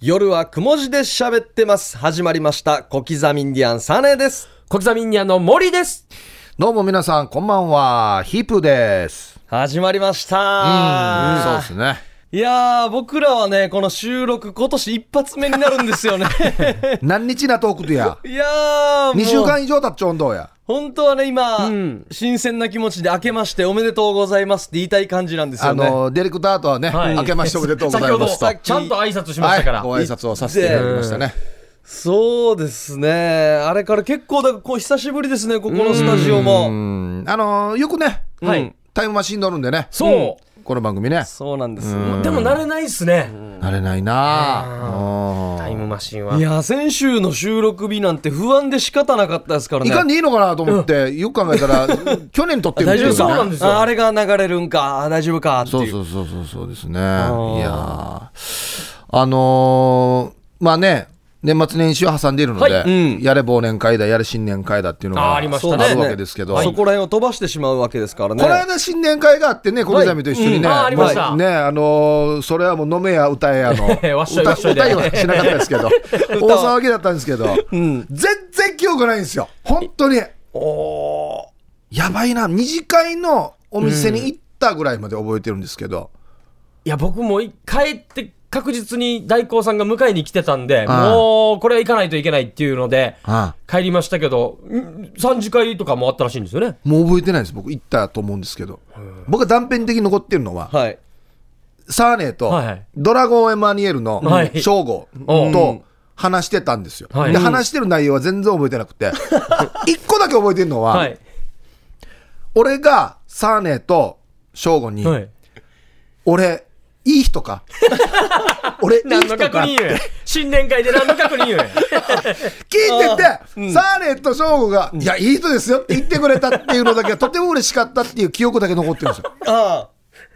夜はくも字で喋ってます。始まりました。小刻みインディアンサネです。小刻みにあの森です。どうも皆さん、こんばんは。ヒープです。始まりましたそうですね。いやー、僕らはね、この収録今年一発目になるんです よね。。何日なトークとやいやー、もう2週間以上経っちょんどうや。本当はね、今、うん新鮮な気持ちで明けましておめでとうございますって言いたい感じなんですあよね。の、ディレクターとはね、はい明けましておめでとうございますと。先ほどちゃんと挨拶しましはいたから。、ご挨拶をさせていただきましたね。そうですね。あれから結構、だからこう久しぶりですね、ここのスタジオうも。ん、あの、よくね、はいタイムマシン乗るんでね、そこの番組ね。そうなんです。。う、でも慣れないっすね。慣れないなあタイムマシンはいやー、先週の収録日なんて不安で仕方なかったですからいね。かんでいいのかなと思って、よく考えた ら、去年撮ってるって大い丈夫そううなねんですよああれが流れるんか、あ大丈夫かっていう。そうそうそうそうそうですね。いやーあのーまあね、年末年始を挟んでいるので、はうんやれ忘年会だ、やれ新年会だっていうのがあーありましたねあるわけですけど、そそこら辺を飛ばしてしまうわけですからね。この間新年会があってね、小刻みと一緒にね、はいうんあーありましたね、あのーそれはもう飲めや歌えやの、歌 わっしょいわっしょいで歌いはしなかったですけ ど、大騒ぎだったんですけど、全然記憶ないんですよ、本当に。やばいな、二次会のお店に行ったぐらいまで覚えてるんですけど、いや、僕もい帰って確実に大光さんが迎えに来てたんで、ああもうこれは行かないといけないっていうので、ああ帰りましたけど、ん3次会とかもあったらしいんですよね。もう覚えてないです僕行ったと思うんですけど僕が断片的に残ってるのははい。サーネとはいはいドラゴンエマニュエルのはい正吾おうと話してたんですよ、はいで話してる内容は全然覚えてな くて一個だけ覚えてるのは、はい。俺がサーネと正吾に、はい。俺いい人 か俺いい何の人確か認聞いて言え。新年会で何の確認言え。て、サーネと正吾が「いやいい人ですよ」って言ってくれたっていうのだけはとても嬉しかったっていう記憶だけ残ってるんで すよああ、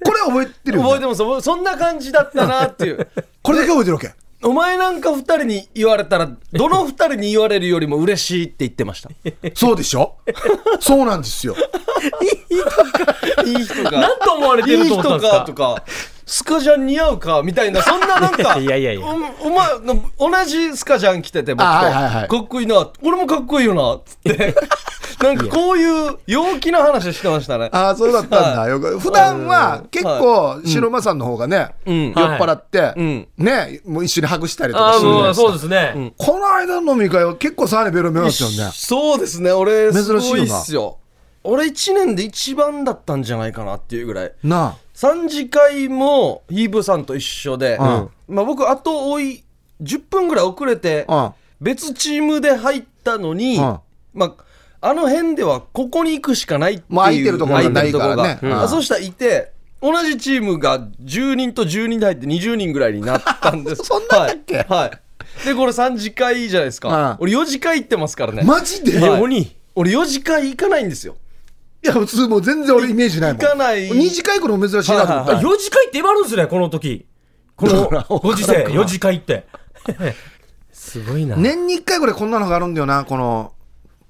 これ覚えてるよ、ね、覚えてます。そんな感じだったなっていう。 これだけ覚えてるわけお前なんか二人に言われたら、どの二人に言われるよりも嬉しいって言ってました。そうでしょ そうなんですよ。 いい人何か。と思われているいと思人ったんですかかとか、スカジャン似合うか みたいな、そんななんか、いやいやいやおお前の、同じスカジャン着てて、僕と、あはいはいはいかっこいいな、俺もかっこいいよな、つ って、なんかこういう陽気な話してましたね。ああ、そうだったんだ。よく普段は結構、白間さんの方がね、ん酔っ払って、んね、もう一緒にハグしたりとかああ、するじゃないもでうすかそうですね。この間の飲み会は結構サーネベロベロだったよね。そうですね、俺、珍しいすよごないっすよ。俺1年で一番だったんじゃないかなっていうぐらい。な3次会もヒーブさんと一緒で、うんまあ、僕あと追い10分ぐらい遅れてうん別チームで入ったのに、うんまあ、あの辺ではここに行くしかないっていうまあ空いてるところが空てるところがないからねうんあそしたらいて同じチームが10人と10人で入って20人ぐらいになったんです そんなんだっけはい、はいでこれ3次会じゃないですか、う俺4次会行ってますからねあ。マジで、え、い、はい鬼。俺4次会行かないんですよや、普通もう全然俺イメージないもん。行かない二次会行くの珍しいなと思っはいた。はあ4次会って今あるんですね、この時。このご時世、4次会って。 すごいな。年に一回ぐらいこんなのがあるんだよな、この、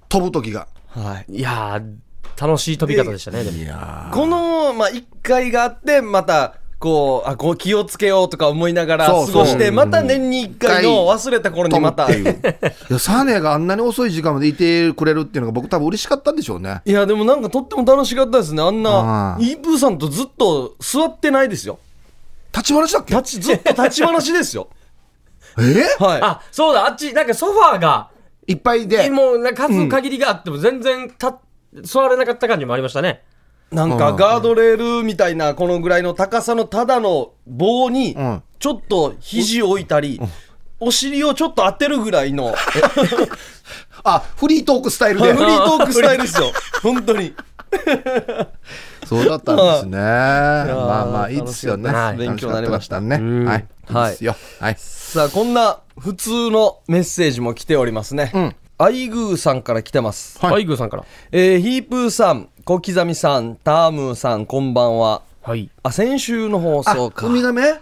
飛ぶ時が。はいいやー、楽しい飛び方でしたね、でも。この、まあ、1回があってまたこうあこう気をつけようとか思いながら過そうそうごしてまた年に1回の忘れた頃にまた飛ぶっていう。いや、サーネがあんなに遅い時間までいてくれるっていうのが僕多分嬉しかったんでしょうね。いやでもなんかとっても楽しかったですねあんなあーイープーさんとずっと座ってないですよ立ち話だっけえ 立ちずっと立ち話ですよーはあ、そうだ、あっち、なんかソファーが、いっぱいで。もう、なんか数限りがあっても全然立っ座れなかった感じもありましたね。いなんかガードレールみたいなこのぐらいの高さのただの棒にうんちょっと肘を置いたりお尻をちょっと当てるぐらい のあ、フリートークスタイルフリーで。トークスタイルですよ本当にそうだったんですね。まあまあいいですよね。はい勉強になりました楽かったね。はい。はいいいですよ。はい。さあこんな普通のメッセージも来ておりますね、んアイグーさんから来てます、はいはい、グーさんから。えーヒープーさん小刻みさんタームーさんこんばんははい。あ先週の放あ、送かウミガメ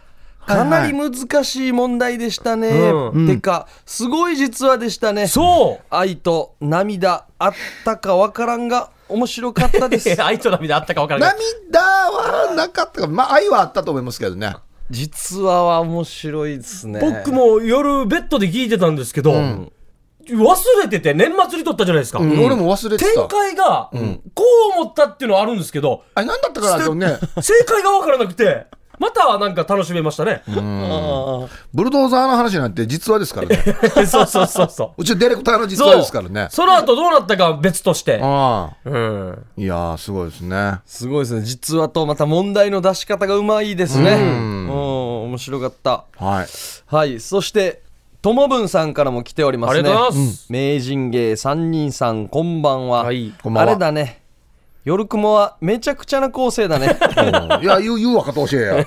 かなりはいはい難しい問題でしたね、うてかすごい実話でしたねそう愛と涙あったかわからんが面白か ったですえ、愛と涙あったか分からない。涙はなかったか。まあ愛はあったと思いますけどね。実話は面白いですね僕も夜ベッドで聞いてたんですけど、ん忘れてて年末に撮ったじゃないですか、うん俺も忘れてた展開が、こう思ったっていうのはあるんですけど、あれ何だったかなでもね正解が分からなくてまたなんか楽しめましたね、 ブルドーザーの話なんて実話ですから ねそうそうそうそううちのディレクターの実そう話ですからねその後どうなったかは別としてああうんいやーすごいですねすごいですね実話とまた問題の出し方がうまいですねうん面白かったはいはいそしてともぶんさんからも来ておりますねありがとうございます名人芸三人さんこんばんは、はいこんばんはあれだね夜雲はめちゃくちゃな構成だ ねうんいや言う言うわかと教えや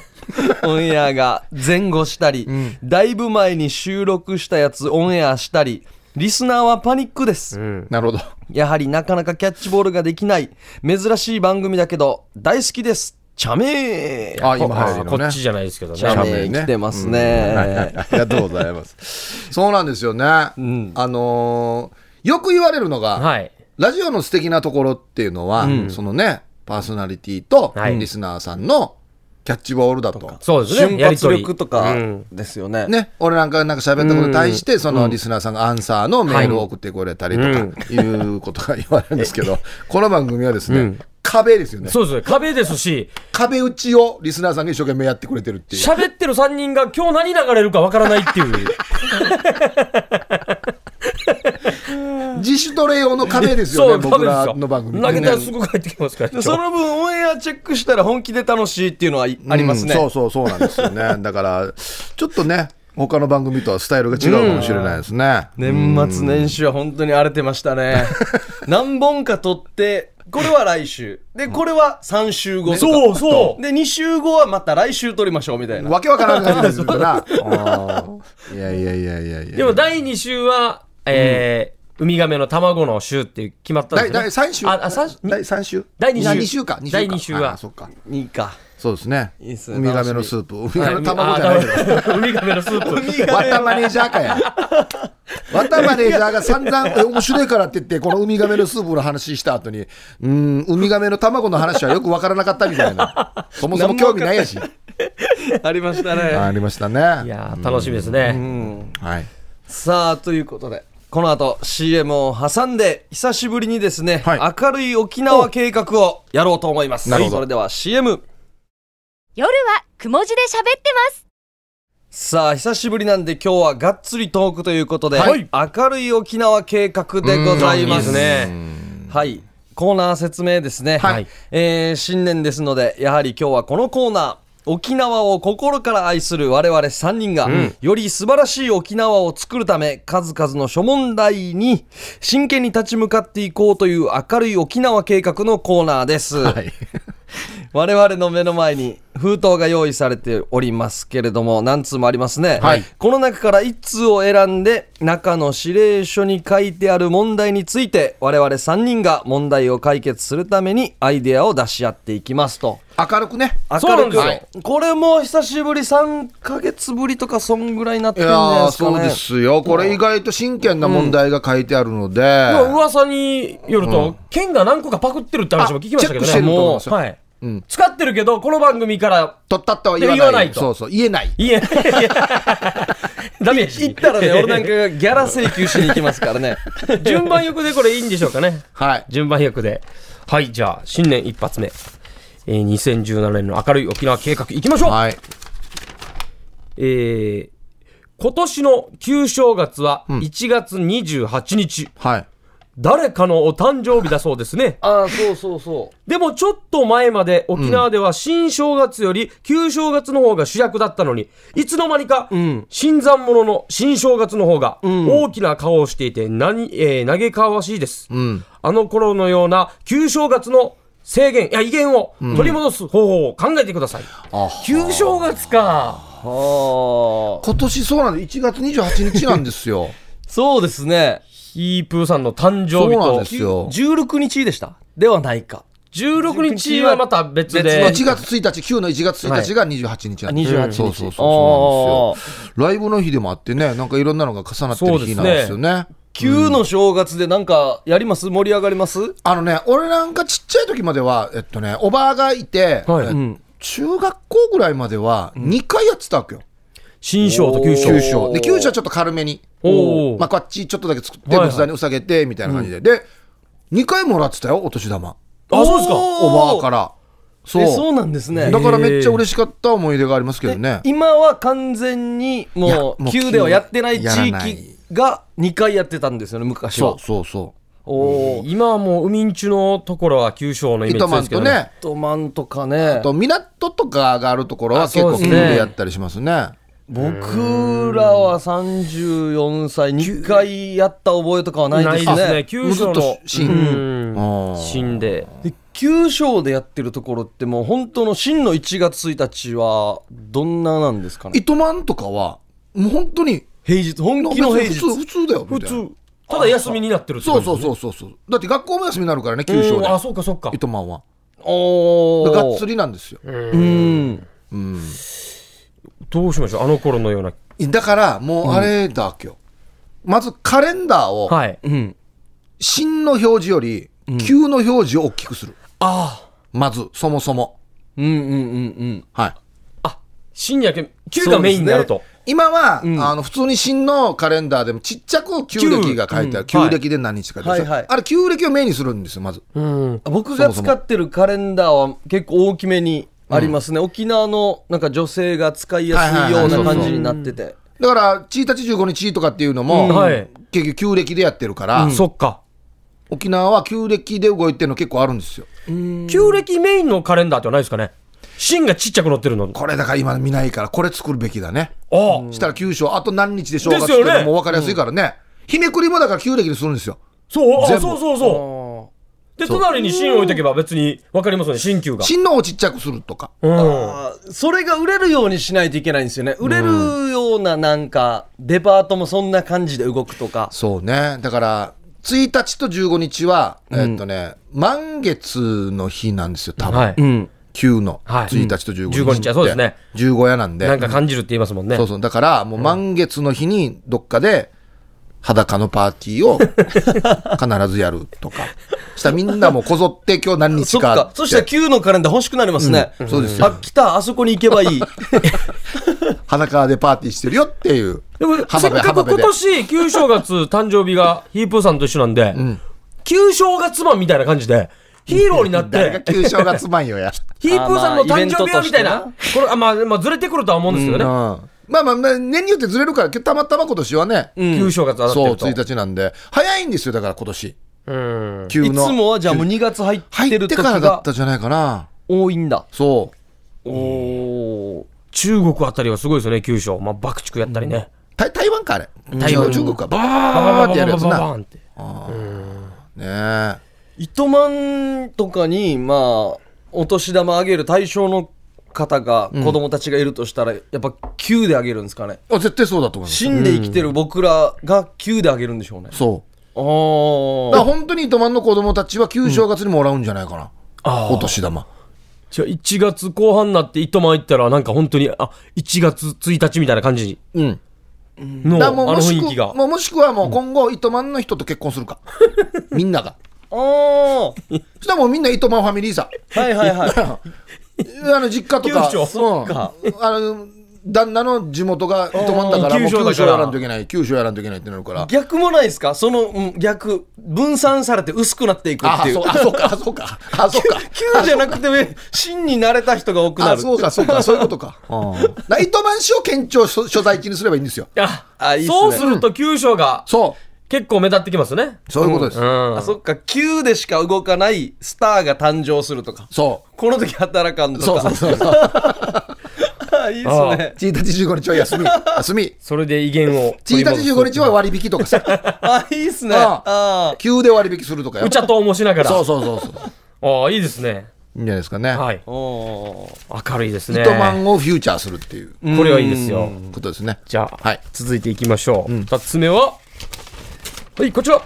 オンエアが前後したり、だいぶ前に収録したやつオンエアしたりリスナーはパニックです、なるほどやはりなかなかキャッチボールができない珍しい番組だけど大好きです茶名あ今流行りのこねっちじゃないですけどね茶名名来てますね、はいはいありがとうございます。 そうなんですよね。あのーよく言われるのが、はいラジオの素敵なところっていうのは、そのね、パーソナリティとはいリスナーさんのキャッチボールだと。そうですね瞬やりと発り力とかうんですよね。ね、俺なんかなんか喋ったことに対して、そのリスナーさんがアンサーのメールを送ってくれたりとか、いうことが言われるんですけど、この番組はですね、壁ですよね。そうですね壁ですし壁打ちをリスナーさんが一生懸命やってくれてるっていう。喋ってる3人が今日何流れるかわからないっていう自主トレ用の壁 ですそようね、壁僕ですらよの番組って投ねげたらすぐ帰ってきますからその分オンエアチェックしたら本気で楽しいっていうのはいありますね。うんそうそうそうなんですよ ね。だから、ちょっとね、他の番組とはスタイルが違うかもしれないですね。年末年始は本当に荒れてました ね。何本か撮って、これは来週。で、これは3週後とか。そうそうで、2週後はまた来週撮りましょうみたいな。わけわからん感じですよ な。うんいやいやいやいやいや。でも第2週は、えーウミガメの卵の週って決まったんで第すよね第三週。ああ三第三週。第二週あ二週か。二第か二週はあそっか。いいか。そうですね。いいっすウねミガメのスープ。ウミガメはの卵じゃないけど。あダメウミガメのスープ。わたマネージャーかや。わたマネージャーが散々、え面白いからって言って、このウミガメのスープの話した後に、うーん、ウミガメの卵の話はよくわからなかったみたいな。そもそも興味ないやし。ありましたね。ありましたね。いやー楽しみですね。はい。さあ、ということで。この後 CM を挟んで久しぶりにですね、はい明るい沖縄計画をやろうと思います。なるほどそれでは CM。夜はくも字で喋ってます。さあ久しぶりなんで今日はがっつりトークということで、はい明るい沖縄計画でございいいまですすね。はいコーナー説明ですね、はいえー新年ですのでやはり今日はこのコーナー沖縄を心から愛する我々3人が、より素晴らしい沖縄を作るため数々の諸問題に真剣に立ち向かっていこうという明るい沖縄計画のコーナーです、はい。我々の目の前に封筒が用意されておりますけれども何通もありますね、はいこの中から1通を選んで中の指令書に書いてある問題について我々3人が問題を解決するためにアイデアを出し合っていきますと明るくね。そうなんですよこれも久しぶり3ヶ月ぶりとかそんぐらいになっいてるんじゃないやーですかそうねですよ。これ意外と真剣な問題が書いてあるので。まあ噂によると、県が何個かパクってるって話も聞きましたけどあチェックしてね。ると思いもますう、よはい。使ってるけど、この番組から、取ったったは言わない。言わないとそうそう、言えない。いえ、いや ダメやし行ったらね俺なんかがギャラ請求しに行きますからね順番欲でこれいいんでしょうかね。はい。順番役で。はい、じゃあ、新年一発目。えー、2017年の明るい沖縄計画いきましょう、はい。えー、今年の旧正月は1月28日、はい。誰かのお誕生日だそうですね。ああそうそうそうでもちょっと前まで沖縄では新正月より旧正月の方が主役だったのに、いつの間にか、新参者の新正月の方が大きな顔をしていて、何、えー、嘆かわしいです。あの頃のような旧正月の制限、いや、威厳を取り戻す方法を考えてください。あ旧正月か。 はあ今年そうなんです。1月28日なんです よ。そうですねヒープーさんの誕生そうなんで日と、すよ。 16日でしたではないか16日はまた別で、 1月1日、旧の1月1日が28日なんですはいあ28日そうそうそうそうなんですよ。ライブの日でもあってね、なんかいろんなのが重なってる日なんですよね。旧の正月でなんかやります盛り上がりますあのね、俺なんかちっちゃい時までは、えっとね、おばあがいて、はいえっ中学校ぐらいまでは2回やってたわけよ。新章と旧章。九章。で、九章はちょっと軽めに。おーまあ、こっちちょっとだけ作って、仏壇にお下げて、みたいな感じで。で、2回もらってたよ、お年玉。あ、そうですか。おーおばあから。そう。えそうなんですねだからめっちゃ嬉しかった思い出がありますけどね。今は完全にいやももうう旧ではやってない地やらない域が2回やってたんですよね昔そはうそうそおお今はもう、海んちのところは旧章のう。イメー糸ジで満すけどとね。ね、トマンとかねと港とかがあるところはあ結そう構です急ねでやったりしますね。僕らは34歳2回やった覚えとかはないなですいでねすね。旧章もうずっのと。新うんあー新で。で旧章でやってるところってもう本当の真の1月1日はどんななんですかね糸満とかは、もう本当に、平日本気の平普日通、普通だよ、み普たいな。通。ただ休みになってるってそこうそとうですねそうそうそう。だって学校も休みになるからね、給食うんであ、。そうかそうか。糸満は。おおがっつりなんですよ。うんうん。どうしましょう。あの頃のような。だから、もうあれだわけよ。まずカレンダーを、はい。うん新の表示より、旧の表示を大きくする。ああ。まず、そもそも。うんうんうんはい。新やけ、旧がメインになると。今は、あの普通に新のカレンダーでもちっちゃく旧暦が書いてある旧旧うん暦で何日かで、はいそれはいはいあれ旧暦をメインにするんですよまずうん。僕が使ってるカレンダーは結構大きめにありますね、沖縄のなんか女性が使いやすいような感じになっててだから1日15日とかっていうのも、うんはい結局旧暦でやってるから、そっか。沖縄は旧暦で動いてるの結構あるんですよ旧暦メインのカレンダーってはないですかね芯がちっちゃく載ってるの。これだから今見ないからこれ作るべきだねああ、したら旧正あと何日で正月っですてよねいうのも分かりやすいからね日めくりもだから旧暦にするんですよそう、あ全部そうそうそあう。で、隣に芯置いとけば別に分かりますよね、新旧が。新のをちっちゃくするとかうん。あーそれが売れるようにしないといけないんですよね売れるようななんかデパートもそんな感じで動くとかそうねだから1日と15日は、えっとね満月の日なんですよ多分、はい。うん旧のはい1日と15日って、 15日はそうですね15夜なんでなんか感じるって言いますもんね。そうそうだからもう満月の日にどっかで裸のパーティーを必ずやる とかしたらみんなもこぞって今日何そっ日かっかてそしたら旧のカレンダー欲しくなりますね、うんそうですよあ来たあそこに行けばいい裸でパーティーしてるよっていうでも、せっかく今年、旧正月誕生日がヒープーさんと一緒なんで、旧正月マンみたいな感じで、ヒーローになっ誰がて、旧正月マンよ や、ヒープーさんの誕生日あまあはみたいイベンな、これ、あまあ、まあ、ずれてくるとは思うんですけうんどね。まあまあまあ年によってずれるからたまたま今年はね、旧正月当たってそうると。 1日なんで早いんですよだから今年うん。急いつのもはじゃあもう2月入って入るって時からだっがたじゃないかな多いんだそうおお中国あたりはすごいですよね、旧正。まあ、爆竹やったりね。台台湾かあれ台湾中国かバーってやるやつバババなバーンって。ねえ糸満とかにまあお年玉あげる対象の方が子供たちがいるとしたら、やっぱ旧であげるんですかねあ絶対そうだと思います死んで生きてる僕らが旧であげるんでしょうね、そうあだかーら本当に糸満の子供たちは旧正月にもらうんじゃないかな、あお年玉じゃあ1月後半になって糸満行ったらなんか本当にあ1月1日みたいな感じうんのだあからもうのもし雰囲気くがはもうもしくはもう今後糸満の人と結婚 するかみんながあーそしたらもうみんな糸満ファミリーさはいはい はいあの実家とか九州そっかうん、あの旦那の地元が糸満だからうんもう九州だから九州やらんといけない九州やらんといけないってなるから逆もないですかそのうん逆分散されて薄くなっていくっあていうそうあそうかあそうかあそうか旧じゃなくて真に慣れた人が多くなあるそうかそうかそういうことかだから糸満市を県庁所所在地にすればいいんですよああいいっすねそうすると旧正がそ結構目立ってきますねうそういうことです、うんあそっか旧でしか動かないスターが誕生するとかそこの時働かんとうかそうそうそうそうあいいっすね1日15日は休み休みそれで威厳を1取り日戻す15日は割引と かさ あいいっすねああ急で割引するとかようちゃともしながらそうそうそうそうああいいですねいいんじゃないですかね、はいあおー明るいですね糸満をフューチャーするっていうこれはいいですよことですねじゃあ、はい続いていきましょう。2つ目は、はい、こちら。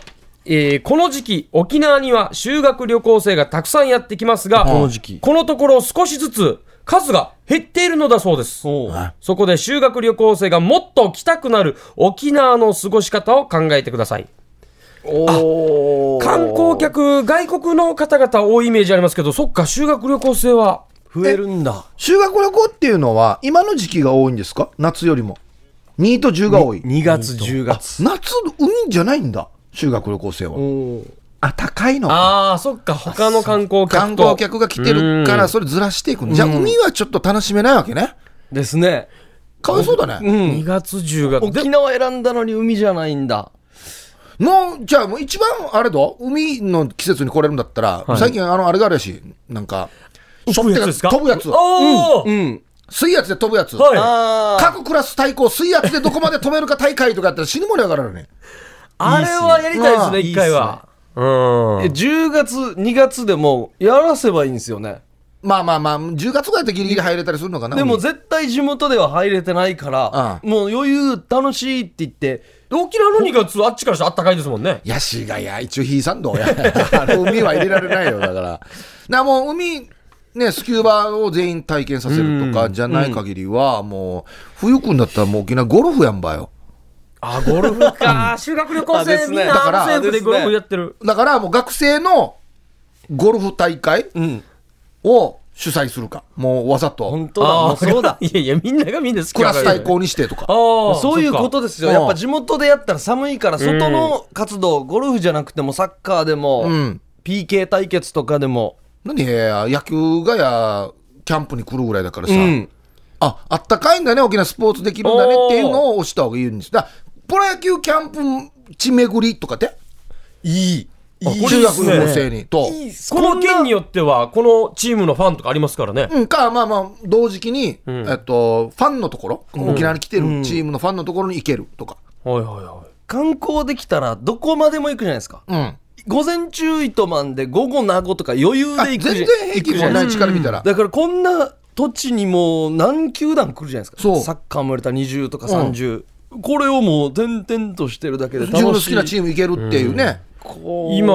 えーこの時期、沖縄には修学旅行生がたくさんやってきますが、この時期このところ少しずつ数が減っているのだそうです。おーはいそこで修学旅行生がもっと来たくなる沖縄の過ごし方を考えてください。おー観光客、外国の方々多いイメージありますけど、そっか、修学旅行生は増えるんだ修学旅行っていうのは今の時期が多いんですか夏よりも2と10が多い2月10月夏海じゃないんだ修学旅行生はあ高いのかああ、そっか、他の観光客と。観光客が来てるかうんらそれずらしていくのじゃあ海はちょっと楽しめないわけねですねかわいそうだね2月10月。で沖縄選んだのに海じゃないんだもうじゃあもう一番あれだ海の季節に来れるんだったら、最近あのあれがあるやしなんか飛ぶやつですか飛ぶやつおーうん水圧で飛ぶやつ、はい。ああ各クラス対抗水圧でどこまで止めるか大会とかやったら死ぬもり上がるよねあれはやりたいですうんね、一回は。うん。 10月2月でもやらせばいいんですよねまあまあまあ10月ぐらいだったらギリギリ入れたりするのかなでも海絶対地元では入れてないからああもう余裕楽しいって言って沖縄の2月、あっちからしたらあったかいですもんね。ヤシがや一応ヒーサンドや あの海は入れられないよだからなもう海ね、スキューバを全員体験させるとかじゃない限りは、もう、冬くんだったらもう沖縄ゴルフやんばよ。あ、ゴルフか。修学旅あ行で生すみねんなだあからの制服でゴルフやってる。だからもう学生のゴルフ大会うんを主催するか、もうわざと本当だもあうーそうだいやいや、みんながみんな好きクラス対あ抗にしてとか、あ、そういうことで。ですよやっぱ地元でやったら寒いから外の活動ゴルフじゃなくてもサッカーでもうん、 PK 対決とかでも何や野球がやキャンプに来るぐらいだからさ、うんああったかいんだね、沖縄スポーツできるんだねっていうのを押した方がいいんです。だからプロ野球キャンプ地巡りとかって、いいいいっすね中学の生にと、いいっすこの件によっては、このチームのファンとかありますからね。うん、か、まあまあ、同時期に、えっと、ファンのところ、沖縄に来てるチームのファンのところに行けるとか、はいはいはい。観光できたらどこまでも行くじゃないですかうん、午前中糸満で午後名護とか余裕あで全行くじ然ゃ平気行くでじすゃよ、ないで内す地から見たらか。だからこんな土地にもう何球団来るじゃないですかそうサッカーも入れたら20とか30、これをもう点々としてるだけで楽し自い分の好きなチーム行けるっていうね、こう今、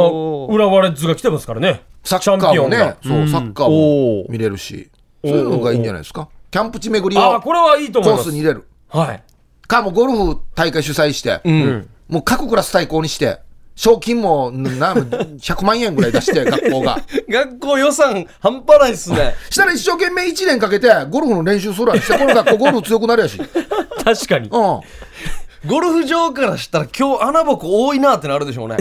浦和レッズが来てますからね。サッカーもね、チャンピオンがそう、サッカーも見れるし、そういうのがいいんじゃないですか。キャンプ地巡りああ、をこコれはいいと思いまーす。スに入れる。はい。か、もうゴルフ大会主催して、うんもう各クラス対抗にして、賞金もな 100万円ぐらい出して、学 校が。 学校予算半端ないっすねしたら一生懸命1年かけて、ゴルフの練習するわして、この学校ゴルフ強く なるやし。う確かに。ん。ゴルフ場からしたら今日穴ぼこ多いなってなるでしょうね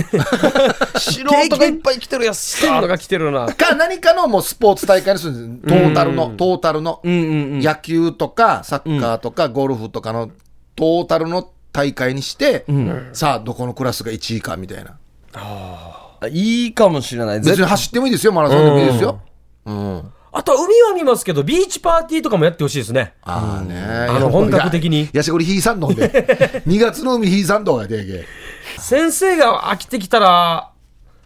素人がいっぱい来てるやつカードが来てるな。か、何かのもうスポーツ大会にするんですトータルの、トータルの。うんうんうん野球とか、サッカーとか、ゴルフとかのトータルの大会にして、さあ、どこのクラスが1位かみたいな。いいかもしれない別絶に走ってもいいですよ、マラソンでもいいですよ。うん。あとは海は見ますけど、ビーチパーティーとかもやってほしいですね。ああね。あの本格的にいややしこり、ヒーサンドンで。2 月の海、ヒーサンドンやでげ。先生が飽きてきたら、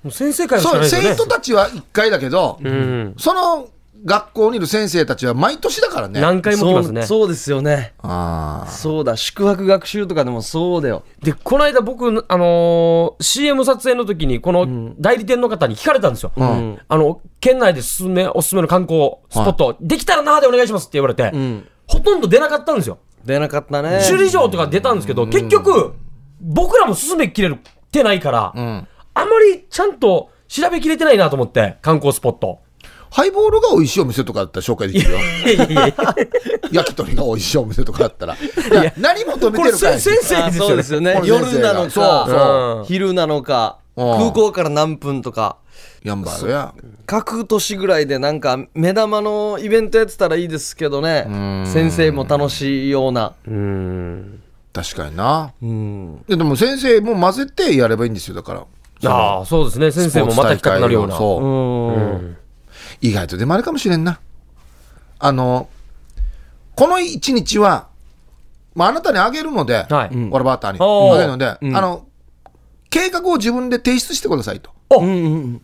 もう先生会をしかそなう、いですよね。生徒たちは1回だけど、うん。その学校にいる先生たちは毎年だからね。何回も来そますねう。そうですよねああ。そうだ宿泊学習とかでもそうだよで、この間僕、あのー CM 撮影の時に、この代理店の方に聞かれたんですよ。んあの、県内で進め、おすすめの観光スポット、できたらなーでお願いしますって言われて、んほとんど出なかったんですよ。出なかったね首里城とか出たんですけど、結局、僕らも進めきれてないから、うん。あまりちゃんと調べきれてないなと思って、観光スポット。ハイボールが美味しいお店とかだったら紹介できるよ。いやいやいや、焼き鳥が美味しいお店とかだったら。いや、何求めこれてるかせい先生あですよね。そうですよねこれ先夜生ながのかそうそううん昼なのかうん空港から何分とかやんばるや。各年ぐらいでなんか目玉のイベントやってたらいいですけどねん先生も楽しいようなうん。確かにな。うんいやでも先生も混ぜてやればいいんですよ、だから。ああ、そうですね。先生もまた来たくなるような。スポーツ大会をそううん意外とでもあるかもしれんな。あの、この一日は、まあ、あなたにあげるので、はいうん俺バーターにおーあげるので、うんあの、計画を自分で提出してくださいと。うん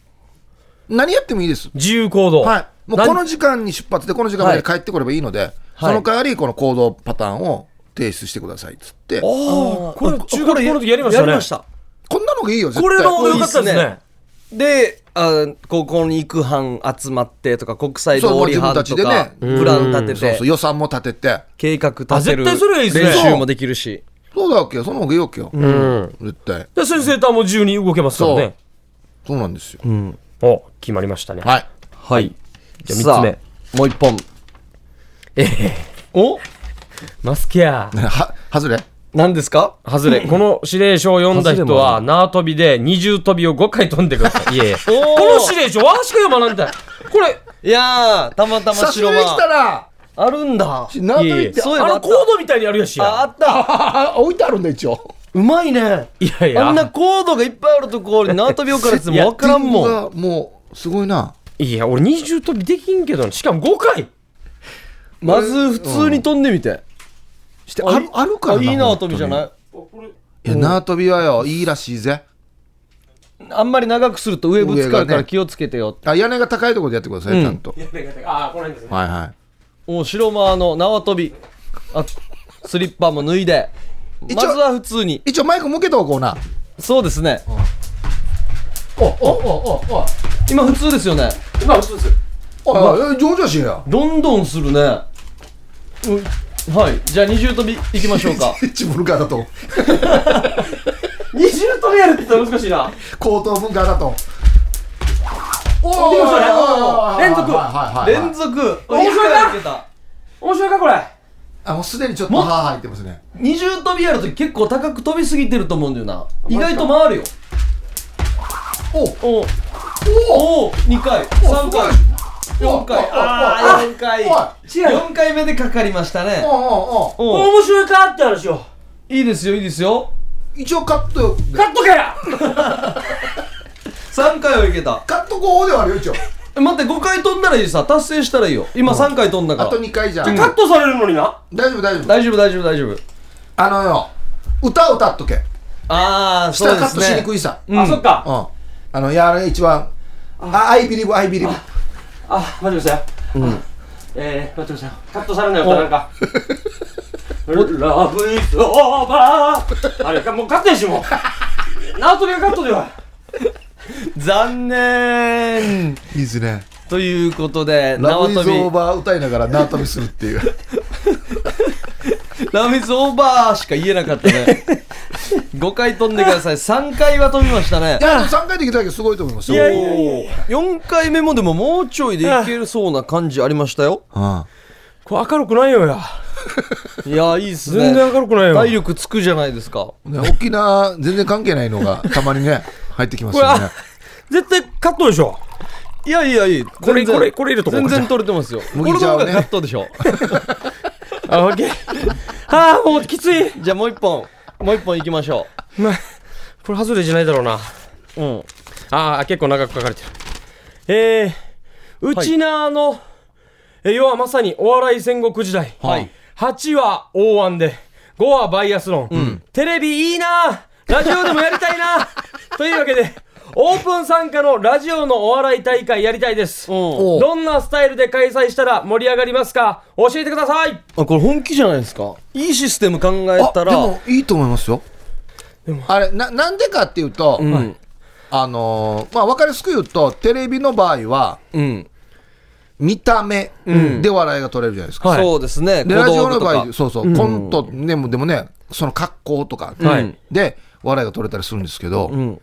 何やってもいいです。自由行動。はい。もう何この時間に出発で、この時間まで帰ってこればいいので、その代わり、この行動パターンを提出してくださいっつって、あこあ、これ中こ学れ校の時やりましたよね。んなのがいいよ、絶対。これの方が良かったこれいいっすですねね。であ高校に行く班集まってとか国際通り班とそう自分かたちでねプラン立てそうてそう、予算も立てて。計画立てるあ絶対それはいいっすね練習もできるしそうだわけよ、その方がいいわけよ。うん。絶対。で、先生とはもう自由に動けますからね。そうなんですよ。お、決まりましたね。はい。 はいじゃあ三つ目さあもう一本。ええおマスケア。は、外れ何ですか外れ。この指令書を読んだ人は、縄跳びで二重跳びを5回跳んでくだ さい。いえいえ。こおーの指令書、わしか読まなんだよ。これ、いやー、たまたまさす白がに来たは。ら、あるんだ。縄跳いえびいっえて、そういえあばあのったコードみたいにやるやしああや。った。ああ、置いてあるんだ、一応。うまいね。いやいや。あんなコードがいっぱいあるところに縄跳びようからってもわからんもん。がもう、すごいな。いや、俺二重跳びできんけどなしかも5回。まず普通に飛んでみて。して、ある、あるからあいい縄跳びじゃいないや、縄跳びはよ、いいらしいぜ。あんまり長くすると上ぶつかるから気をつけてよ。あ、屋根が高いところでやってくださうんい、ちゃんと。ああ、この辺ですね。はいはい。もう白間の縄跳び。あ、スリッパも脱いで。一応まずは普通に。一応マイク向けとこうな。そうですね。お、お、お、お、今普通ですよね。今、普通です。お、お、上手やし や。どんどんするね。うんはい。じゃあ二重跳び行きましょう か。一文化だと、二重跳びやるって言ったら難しいな。高等文化だと。おお見てくださいおー連続連続。面白いなっいぱい受けた面白いか、これ。あ、もうすでにちょっと歯入ってますね。二重跳びやるとき結構高く飛びすぎてると思うんだよな意外と回るよおおおお2回お3回すごい4回おおあおー4回違う4回目でかかりましたおねおおおお面白いかって話を。いいですよいいですよ一応カットでカットかや3回はいけたカット後方ではあるよ一応え待って5回飛んだらいいさ達成したらいいよ今3回飛んだかあらと2回じゃんカットされるのにな。大丈夫大丈夫大丈夫大丈夫大丈夫あのよ歌を歌っとけああしそたうらでカッすトしにねくいさうんうんあ、そっか。あのやあれ一番あアイビリブアイビリブあ、待ってください。うん。えー、待ってください。カットされないよ、なんか。ラブイズオーバーあれか、もうカットやし、もう。ナオトリがカットでは。残念いいですねということでラ縄ブイズオー跳びバー歌いながら縄跳びするっていうラブイズオーバーしか言えなかったね5 回飛んでください3回は飛びましたねいや3回できただけすごいと思いますよ4回目もでももうちょいでいけるそうな感じありましたようんこれ明るくないよや。いやいいっすね全然明るくないよ。体力つくじゃないですかね沖縄全然関係ないのがたまにね入ってきますよね絶対カットでしょ。いやいやいいここれこれこれ入れとこう全かじゃ然あ取れてます よこれ麦の茶方をねがカットでしょあ、オッケー。 あー、もうきつい。 じゃあもう一本もう一本いきましょまあ、これ外れじゃないだろうな。ううんああ、結構長く書かれてる。えー、うちなーの、えー要はまさにお笑い戦国時代。はい8は大腕で、5はバイアスロン。テレビいいなーラジオでもやりたいな ーというわけで、オープン参加のラジオのお笑い大会やりたいです。うんどんなスタイルで開催したら盛り上がりますか教えてくださいあこれ本気じゃないですかいいシステム考えたあでらもいいと思いますよあれななんでかっていうと、うんあのーまあ分かりやすく言うとテレビの場合はうん見た目で笑いが取れるじゃないですか、はいそうですねで小ラジ道オ具のと場か合そうそう、コントでもでもねその格好とかはいで笑いが取れたりするんですけど、ん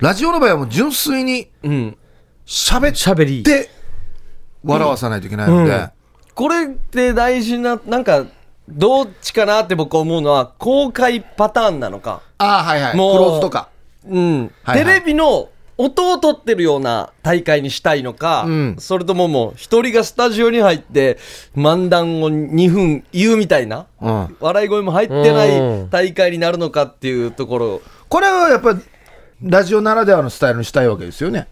ラジオの場合はもう純粋にうん喋っ喋り。て笑わさないといけないので、うんこれって大事ななんかどっちかなって僕思うのは公開パターンなのかああはいはいクもうローズとかうん、はいはいテレビの音を取ってるような大会にしたいのか、うんそれとももう一人がスタジオに入って漫談を2分言うみたいなうん笑い声も入ってなういん大会になるのかっていうところこれはやっぱりラジオならではのスタイルにしたいわけですよね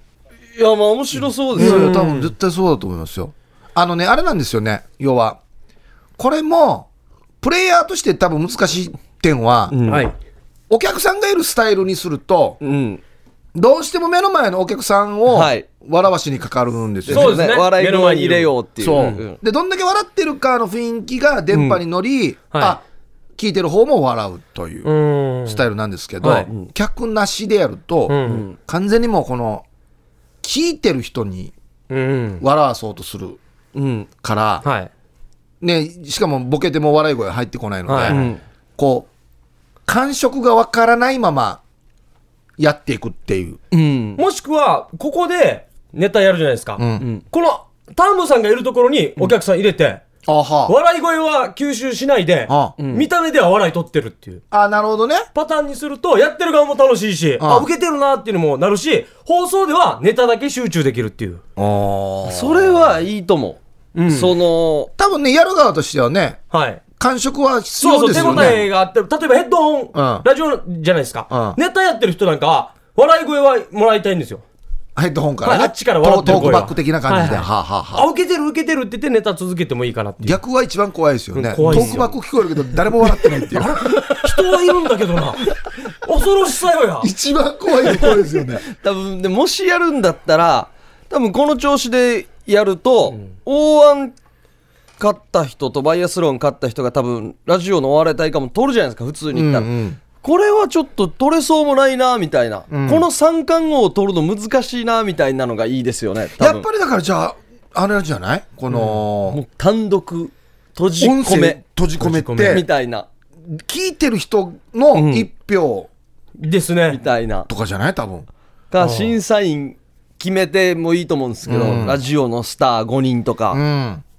いやまあ面白そういですやよ、いや多分絶対そうだと思いますよ。あのね、あれなんですよね、要は。これも、プレイヤーとして多分難しい点は、うんはい。お客さんがいるスタイルにすると、うんどうしても目の前のお客さんをはい笑わしにかかるんですよね。そうですね笑い目の声前に入にいるれようっていうそううんで、どんだけ笑ってるかの雰囲気が電波に乗り、はいあ、聞いてる方も笑うといううーん。スタイルなんですけど、はい客なしでやると、うん完全にもうこの、聞いてる人にうん。笑わそうとするうんから、はい。ね、しかもボケても笑い声入ってこないので、はいうんこう、感触がわからないままやっていくっていう。うんもしくは、ここでネタやるじゃないですか。うんんこのタムさんがいるところにお客さん入れて、あは笑い声は吸収しないで、あ見た目では笑い取ってるっていう。あ、なるほどね。パターンにすると、やってる側も楽しいし、ああ、受けてるなっていうのもなるし、放送ではネタだけ集中できるっていう。あそれはいいと思う、その多分ね、やる側としてはね、はい。感触は必そうそ要う、です手よ応ね。えがあって、例えばヘッドホン、うんラジオじゃないですか、うんネタやってる人なんかは、笑い声はもらいたいんですよ。ヘッドホンからね、はいあっちから笑ってるトー声クはバック的な感じで。ははいあはあはああ、受けてる受けてるって言ってネタ続けてもいいかなっていう。逆は一番怖いですよね。うんト怖いですークよバック聞こえるけど、誰も笑ってないっ ていう。人はいるんだけどな。恐ろしさよや。一番怖いところです よね。多分でもしやるんだったら多分この調子でやると、大安勝った人とバイアスロン勝った人が多分ラジオのお笑い大会も取るじゃないですか普通に言ったら、うんうんこれはちょっと取れそうもないなみたいな、この三冠王を取るの難しいなみたいなのがいいですよね多分やっぱりだから、じゃあ、あれなんじゃないこもの、う単独閉じ音込声め閉じ込め閉じ込みて、たいな聞いてる人の一票ですみね。たいなとかじゃない多分。か審査員決めてもいいと思うんですけど、ラジオのスター5人とか、う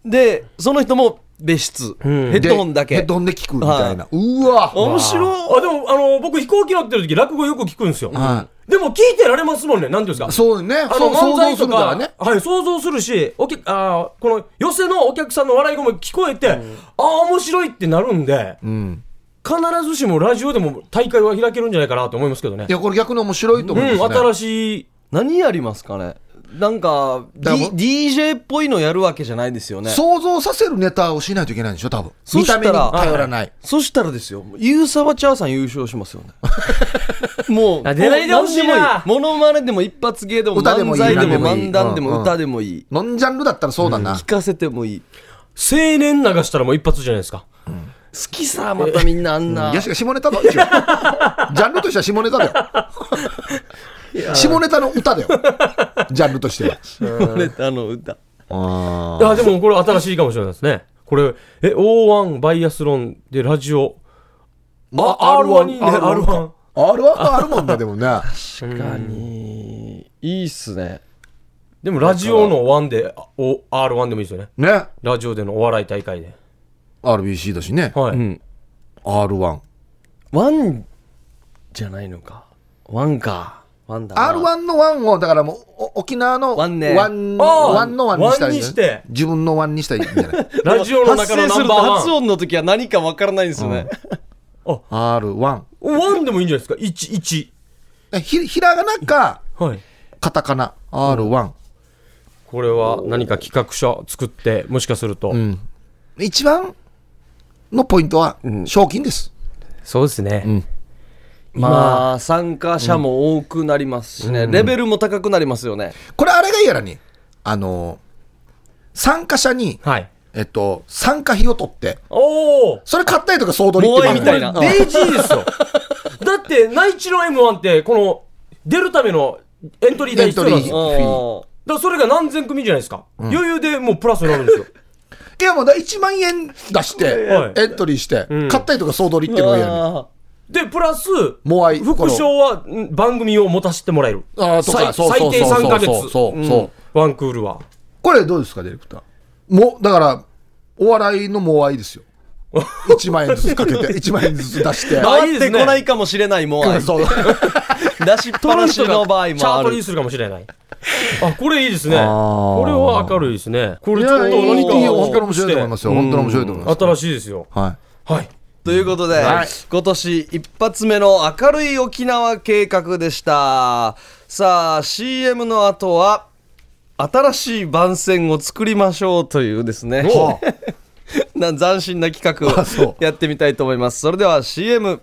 ん。でその人も別室、んヘッドホンだけでヘッドホンで聞くみたいな。うわ面白いあ、でも、あの、僕飛行機乗ってる時落語よく聞くんですよ。はでも聞いてられますもんね。なんていうんですか。そうね。あそのう漫才想像すとるかからね。はい、想像するし、お客あーこの寄せのお客さんの笑い声も聞こえて、ああ、面白いってなるんで、うん。必ずしもラジオでも大会は開けるんじゃないかなと思いますけどねい。や、これ逆に面白いとう思うんですん、ね。新しい。何やりますかねなんか、だから D、DJ っぽいのやるわけじゃないですよね想像させるネタをしないといけないんでしょ、多分。そ見したたら目に頼らない。そしたらですよユーサバチャーさん優勝します よねもうあ出ないでほしいなもう何でもいいモノマネでも一発芸でも歌でもい漫い才でも何でもいい漫談でうんうもん歌でもいいノンジャンルだったらそうだな聞。かせてもいい青年流したらもう一発じゃないですか。好きさまたみんなあんな、いやしかし下ネタだよ。ジャンルとしては下ネタだよ。下ネタの歌だよ。ジャンルとしては。ネタの歌ああでもこれ新しいかもしれないですね。これ、え、O1 バイアスロンでラジオ。あ、R1 にね、 R1 R1。 R1 あるもんね、でもね。確かにいいっすねでもラジオの1で、あお R1 でもいいですよね。ね。ラジオでのお笑い大会で。 RBC だしね。はい。ん R1。ワンじゃないのかワンかワンだな R1 の1を、だからもう、お沖縄のワンねワンあーワンの1にしたらいワいんンにしじゃないて自分の1にしたらいいんじゃないラジオの中のナンバ発声ーすると発ワン。音の時は何かわからないんですよね、 R1。 1でもいいんじゃないですか。1、えひひらがなか、 1。はい。カタカナ。R1。これは何か企画書作って、もしかすると。一番のポイントは、賞金です。そうですね。まあ参加者も多くなりますしね、レベルも高くなりますよね、これあれがいいやらに、あのー参加者に、はい。えっと、参加費を取って、おーそれ買ったりとか総取りってもういいみたいなうんデイジーですよ。 だって、内地の M1 って、この、出るためのエントリー代必要なんですエントよリー費うんうんだからそれが何千組じゃないですか、余裕でもうプラスになるんですよいやもうだ1万円出しては、いエントリーしてん、買ったりとか総取りっていうのがいいやらに。あでプラスもあい副賞はん番組を持たせてもらえるあーとか最そうそ最う低そう3ヶ月そうそうそううんワンクールはこれどうですか、ディレクター。もう、だから、お笑いのもあいですよ。1万円ずつかけて、1万円ずつ出 しーて。あい回いっでてすねこないかもしれないもんあいつ そう出しっぱなしの場合チャもあートにるするかもしれないあこれいいですねあーこれは明るいですねこいれちょっや、といい、いい、何いいか本当に面白いと思いますよ。本当に面白いと思います。新しいですよはい。はいということで、はい今年一発目の明るい沖縄計画でしたさあ CM の後は新しい番宣を作りましょうというですねはあ な斬新な企あ画そをやってみたいと思いますそれでは CM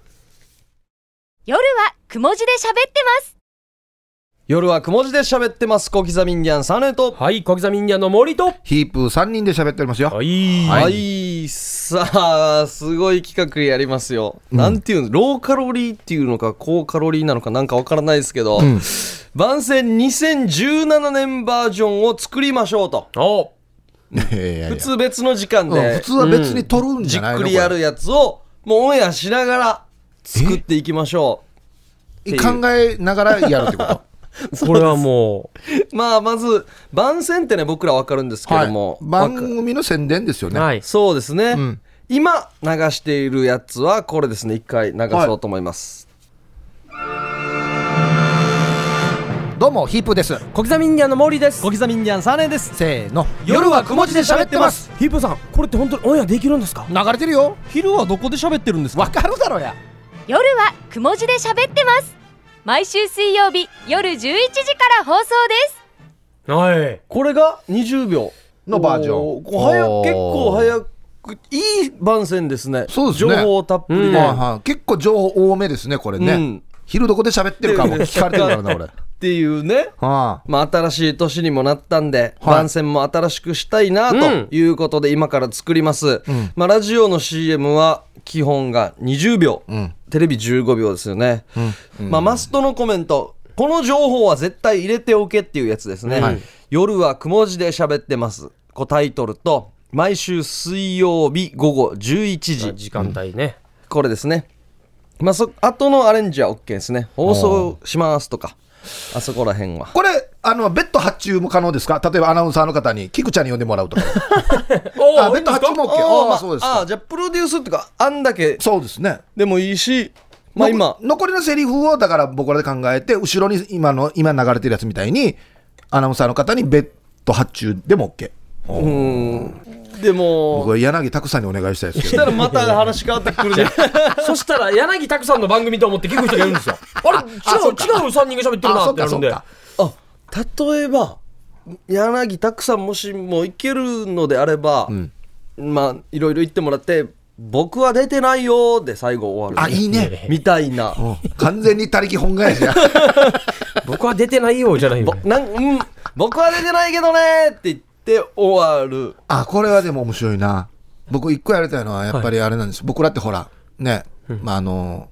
夜はくも字で喋ってます。夜はくも字で喋ってます小刻みインディアンサネとはい小刻みインディアンの森とヒープ3人で喋っておりますよ。はいはい、いさあすごい企画やりますよ、なんていうのローカロリーっていうのか高カロリーなのかなんかわからないですけど、番宣2017年バージョンを作りましょうとおいやいやいや普通別の時間うんで普通は別に撮るんじじゃなっいのくりやるやつをもうオンエアしながら作っていきましょうこれ考えながらやるってことこれはもまあ、まず、番宣ってね、僕らわかるんですけども、わ番か組の宣伝ですよう、ね。はい。そうですね、ん今流しているやつはこれですね一回流そうと思います、どうも、ヒープです。小刻みインディアンの森です。小刻みインディアンサネですせーの。夜はくも字で喋ってます。ヒープーさん、これって本当にオンエアできるんですか流れてるよ。昼はどこで喋ってるんですわかるだろうや。夜はくも字で喋ってます毎週水曜日夜11時から放送ですはい。これが20秒のバージョンおこう早おー結構早くいい番宣ですねそうですね情報たっぷりで、うんはいはい結構情報多めですね、これうねん。昼どこで喋ってるかも聞かれてるからな、俺。っていうねはまあ、新しい年にもなったんで、はい番宣も新しくしたいなうんということで今から作ります、んまあ、ラジオの CM は基本が20秒、んテレビ15秒ですよね、まあ、マストのコメントこの情報は絶対入れておけっていうやつですね、はい夜はくも字で喋ってますこうタイトルと毎週水曜日午後11時時間帯ね。これですね。まあ、そ、後のアレンジは OK ですね。放送しますとか、あそこら辺は。これ、あの、ベッド発注も可能ですか例えばアナウンサーの方に、菊ちゃんに呼んでもらうとか。おあ、ベッド発注も OK。ーあまあ、そうですか。あー、じゃあプロデュースっていうか、あんだけそうですね。でもいいし、まあ今残、残りのセリフをだから僕らで考えて後ろに今の今流れてるやつみたいにアナウンサーの方にベッド発注でも OK でも、僕は柳拓さんにお願いしたいですしけ たどらまた話変わってくるじゃん。そしたら、柳拓さんの番組と思って聞く人がいるんですよ。あれ違う、違う3人が喋ってるあなそっってなかるそんっで。かあ、例えば、柳拓さんもしもいけるのであれば、まあ、いろいろ言ってもらって、僕は出てないよーで最後終わある。いいねみたいな。完全に他力本願やしや僕は出てないよ、じゃないよぼ。なんうん、僕は出てないけどねーって言って終わる。あこれはでも面白いな僕一個やりたいのはやっぱりあれなんです、僕らってほらね、まああの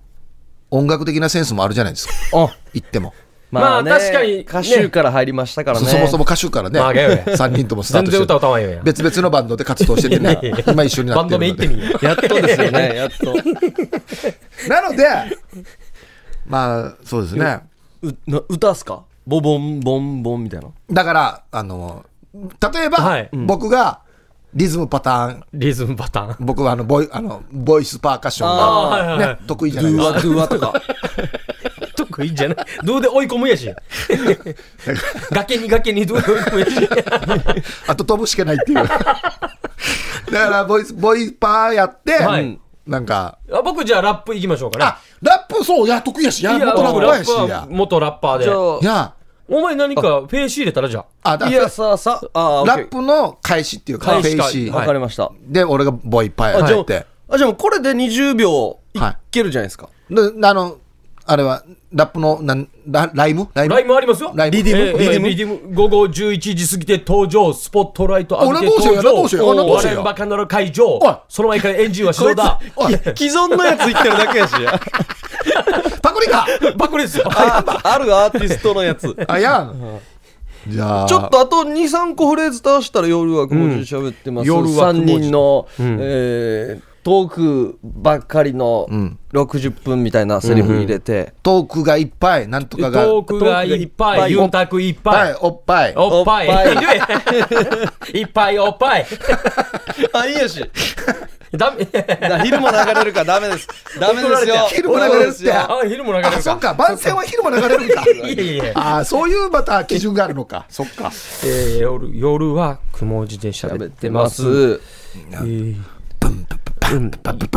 音楽的なセンスもあるじゃないですかあ言っても、まあ確かにね歌手から入りましたからそね。そもそも歌手からね、まあやや3人ともスター全トして然る歌歌わんよや。別々のバンドで活動しててね今一緒になバっンてドるの名で行ってみよう。やっとですよ ね、やっと。なので、まあ、そうですね。うな歌っすかボボンボンボンみたいな。だから、あの、例えば、はいうん僕がリズムパターン、リズムパターン。僕はあのボイあのボイスパーカッショあーはンいはいが、はいね、得意じドゃなゥワいですドか。ゥワとか。得意じゃない。どうで追い込むやし。崖に崖にどうで追い込むやし。あと飛ぶしかないっていう。 だから、ボイス、ボイパーやって、はいなんか、 あ僕じゃあラップ行きましょうかね。あ、ラップそう、いや、得意やし、や、いや元ラッもうパーラやし、ップやは。元ラッパーでじ。ゃや、お前何かフェイシー入れたらじゃあ。あ、だあ、いや、さあさあ、あー、ラ OK ップの開始っていうか、開フ始ェかイシわー。かりました。で、俺がボイパーあ、じゃやあって。、あじゃあもうこれで20秒いはいけるじゃないですか。であの、あれは、ラップの、なんラライムライムライムありますよ。ライムえーリディムリディム午後11時過ぎて登場、スポットライト浴びて俺どうしようよどうし登ようよ場、どう我しようよ々バカなの会場おい、その前からエンジンはこ白いだ。つ、き既存のやつ言ってるだけやし。パクリかバクですよ。ああるアーティストのやつ。あ、やん。じゃあ、ちょっとあと2、3個フレーズ足したら夜はくも字喋ってます。夜はく3も字人の、えートークばっかりの60分みたいなセリフ入れて、トークがいっぱい、なんとかが。トークがいっトークがいっぱぱいい、ユンタクいっぱはいい、、おっぱい。おっぱいおっ、 いっぱいおっぱい。あ、いいやし。ダメ。昼も流れるからダメです。ダメですよ。昼も流れダメるってですよあ、昼も流れるあ、そっか、番宣は昼も流れるんだ。いやいやいやあーそういうまた基準があるのか。そっか。えー夜夜はくも字で喋喋っっててま。ますす。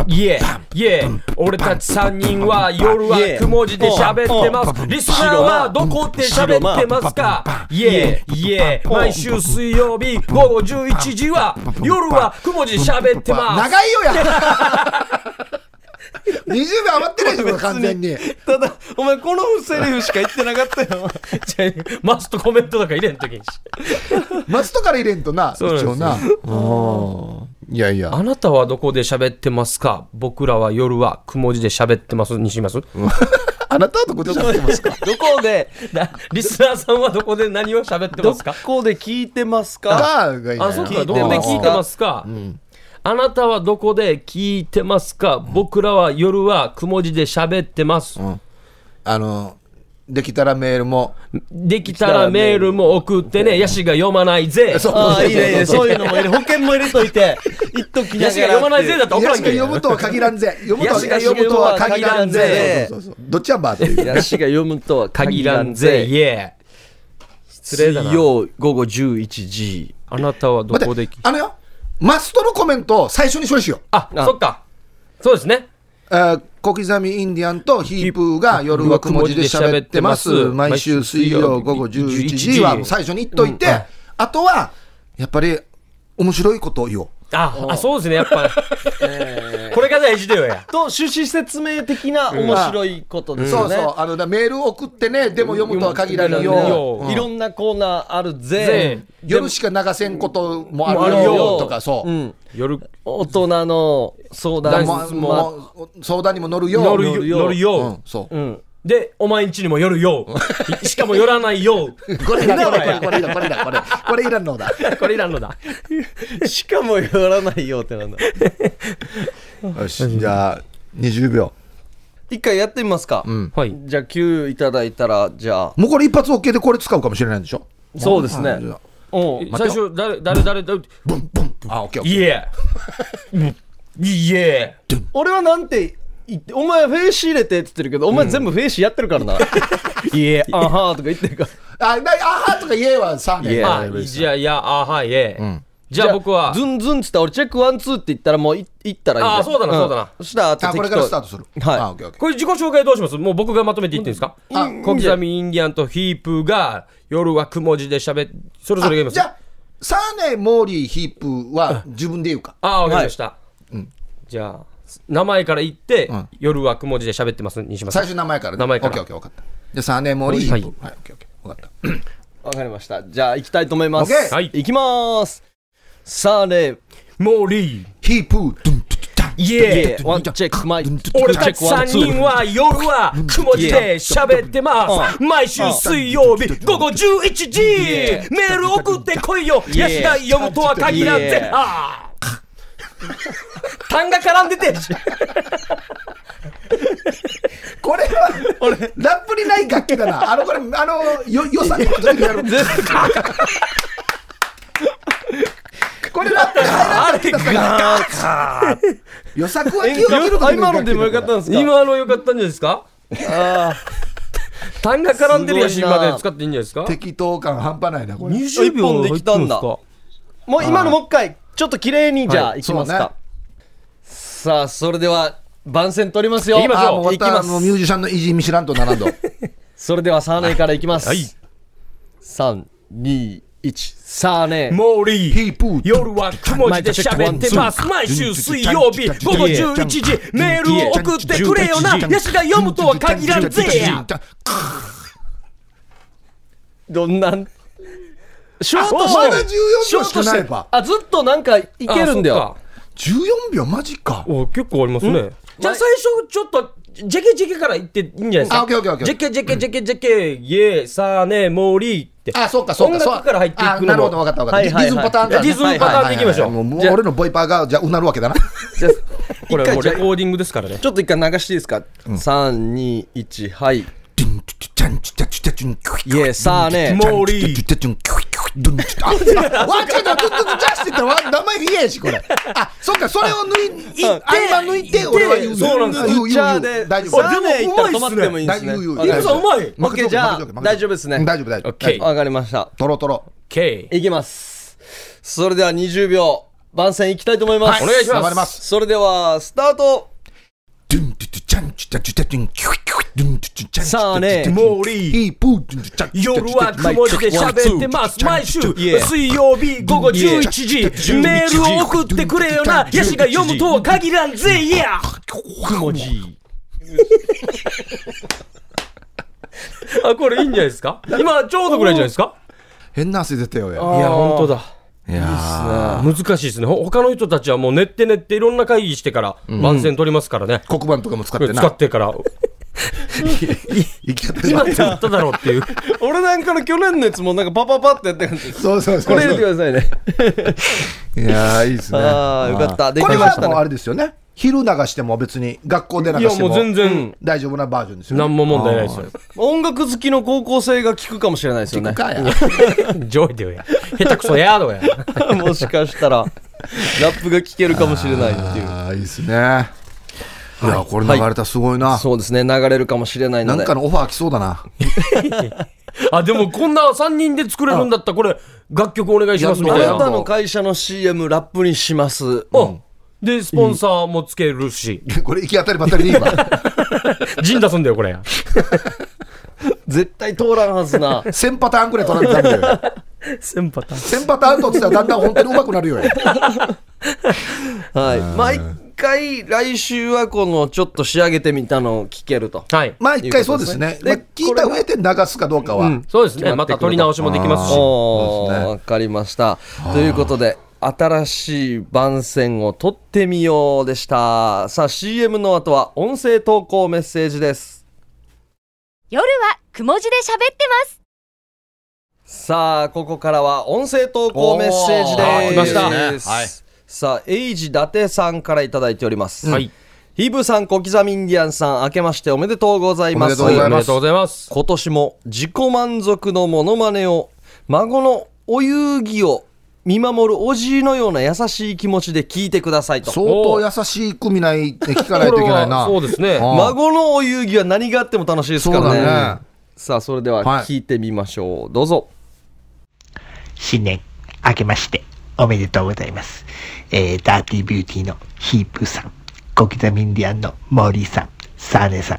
いえ、いえ、俺たち3人は夜はくも字で喋ってます。リスナーはどこで喋ってますかいえ、いえ、毎週水曜日午後11時は夜はくも字で喋ってます。長いよや !20 秒余ってないでしょ、完全に。ただ、お前このセリフしか言ってなかったよ。マストコメントとか入れんときにし。松とから入れんとな、一うなんですよ応な。あーいやいや。あなたはどこで喋ってますか僕らは夜はくも字で喋ってますにしますあなたはどこで喋ってますかどこで、なリスナーさんはどこで何を喋ってまどすかこで聞いてますかががいいねあ、そっ聞か、いてどますこで聞いてますか。あなたはどこで聞いてますか。僕らは夜はくも字で喋ってます。あの、できたらメールも、できたらメールも送ってね、ヤシが読まないぜ。そうああ、いいね、いいね。そういうのも入れ、保険も入れといて、一時ヤなシががら。読まないぜだって怒らヤんシけがん読むとは限ら んぜ。読むとはヤシが読むとは限らんぜそうそうそうどっちやばっていう。ヤシが読むとは限限ららんんぜ、ぜ。イエー。失礼だな水。曜午後11時。あなたはどこ待でって、あのよ、マストのコメントを最初に処理しよう。あ、そっか。そうですね。えー小刻みインディアンとヒープーが夜はくも字で喋ってます。毎週水曜午後11時はもう最初に言っといて、うんはいあとは、やっぱり面白いことを言おう。あ、あそうですね、やっぱ。これが大事だよや。と、趣旨説明的な面白いことですそようね。そう、あのだメール送ってね、でも読むとは限らん読むとは限らんよ。ようんいろんなコーナーあるぜぜ。夜しか流せんこともああるるよよとか、そう。うん夜、大人の相談もう室も。もう相談にも乗るよ。夜乗よ、るよ夜うよん。、そうう。ん。で、お前んちにも夜よ。しかも寄らないよ。これだ、これ、これだ、これだ、これ。これいらんのだ。これいらんのだ。しかもやらないよってなんだ。よし、じゃあ、20秒。一回やってみますか。はい。じゃあ、9いただいたら、じゃあ、もうこれ一発 OK でこれ使うかもしれないんでしょそうですね。うん。最初、誰、誰、誰、誰、ブンブンブン。あ、OK、OK。イエー。イエー。俺はなんて言って、お前フェイス入れてって言ってるけど、お前全部フェイスやってるからな。いえ、あはーとか言ってるから。あ、なあはとか言えはさ、言えあ、じゃあ、いや、あ、はい、イエー。じゃあ僕はズ、ンズンっつったら俺チェックワンツーって言ったらもういいったらいいんあーそうだなそうだなそしたらあとあ、これからスタートする。はいあ、オッケーオッケーこれ自己紹介どうしますもう僕がまとめていっていいんですかあ小刻みインディアンとヒープーが夜はくも字で喋っそれぞれが言いまあすじゃあ、サーネ、モーリー、ヒープーは自分で言うか。ああ、わかりました。じゃあ、名前から言って、ん夜はくも字で喋ってます、西村さ最ん。初名前からね。名前からオッケーオッケー、分かった。じゃあ、サーネ、モーリー、ヒはいープー。はい、オッケーオッケー。分かっわかりましたじゃあ行きたいと思います OK はい行きますさあねモーリー、た。ヒープー、ドゥンドゥンドゥンイいエえワンチェックマイー俺たちワン3ツー人は夜はくも字で喋ってます。毎週水曜日午後11時エメール送ってこいよヤシが読むとは限らんイエぜーああ痰が絡んでてこれは、俺、ラップにない楽器だな。あの、これ、あの、よ、予算の時にやる。これラップに入らあれガーカー予作 はえ気を切ることよ今のでもよかったんですか今の良かったんじゃないですかあ痰が絡んでるヤシすごいなまで使っていいんじゃないですか適当感半端ないな、これ。 20一本秒できたんだ入ってますかーもう今のもう一回ちょっと綺麗にじゃあはい行きますそうかねさあそれでは番宣取りますよ行きましょあうもうま行きまたすもうミュージシャンの意地見知らんとならんと。それではサーネからいきます。はい三二一サーネ。モーリヒープーー夜はくも字で喋ってます毎週水曜日午後11時メールを送ってくれよなヤシが読むとは限らんぜどんなん。ショートまだしてる。 14秒しかないば。あずっとなんかいけるんだよ。 14秒マジか。お結構ありますねじゃあ最初ちょっとジェケジェケから言っていいんじゃないですあ、かオッケーオッケーオッケージェケジェケジェケジェケイエーサーネモーリーってあ、そうかそうか。音楽から入っていくのもあなるほど、分かった分かはっいた。はいはいリズムパターンからね。リズムパターンでいきましょうはははもう俺のボイパーが、じゃあ、うなるわけだな。じゃあこれ一回はもうじゃレあコーディングですからねちょっと一回流していいですか。三二一はい。イイエーサーネ。モーリーあ、わちゃだ、ずっとずっとジャしてたわ、名前言えんし、これ。あ、そっか、それを抜いて、合間抜いて、俺は言う。そうなんですよ言うじゃあ言う言でうサ大丈夫。ーネ行ったら止まってもいいんです大ね。丈夫、言うわ言かりましいくうたぞうまいオッケーじゃあ大丈夫ですね大丈夫、大丈オ夫。ッケーわかりました。トロトロ。ケイいきます。それでは20秒番宣いきたいと思います。お願いします頑張ります。それではスタート。さあね、モーリー夜夜はは曇雲りりでで喋喋っっててまますす。毎毎週週水曜日午後11時メールを送ってくれよなヤシが読むとは限らんぜいや文字。あこれいいんじゃないですか今ちょうどぐらいじゃないですか変な汗出たよ。やいや本当だいや難しいですねほ他の人たちはもう練って練っていろんな会議してから番宣取りますからね、ー黒板とかも使ってな。使って から生き方今がやっただろうって いう俺なんかの去年のやつもなんかパパパってやってるんですそうそうそこうれ入それてくう。ださいね。いやーいいですね。あーよかったできこまれしたねはもうあれですよね。昼流しても別に学校で流いやしてもう全も然大丈夫なバージョンですよね。何も問題ないですよ音楽好きの高校生が聞くかもしれないですよね。かや。上位でよや下手くそやーどや もしかしたら、ラップが聞けるかもしれないっていう。ああ、いいですね。いや、これ流れたらすごいな。そうですね、流れるかもしれないなのんで。かのオファー来そうだな。 あでもこんな3人で作れるんだったらこれ楽曲お願いしますみたあいいやななたの会社の CM ラップにします。あでスポンサーもつけるしこれ行き当たりばったりで今。陣出すんだよこ れ絶対通らんはず な。 1000パターンくらい取られたんだよ。 1000パターン1000パターンとってたらだんだん本当に上手くなるよ。はい。毎回来週はこのちょっと仕上げてみたのを聞けると。はいまあ一回そうですね。まあ聞いた上で流すかどうかは。そうですねまた撮り直しもできますしおそうですーねわかりました。ということで、新しい番宣を取ってみようでした。さあ、CM の後は音声投稿メッセージです。夜はくも字で喋ってますさあここからは音声投稿メッセージでおーす来ましたはいさあエイジ伊達さんからいただいております、はいヒブさん小刻みインディアンさん明けましておめでとうございますおめでとうござおいめまですとうございます今年も自己満足のモノマネを孫のお遊戯を見守るおじいのような優しい気持ちで聞いてくださいと相当優しく見ない、聞かないといけないな。これはそうですねああ孫のお遊戯は何があっても楽しいですからねそうだねさあそれでははい聞いてみましょう、どうぞ新年明けましておめでとうございます。えー、ダーティービューティーのヒープさん、小刻みインディアンのモーリーさん、サーネさん、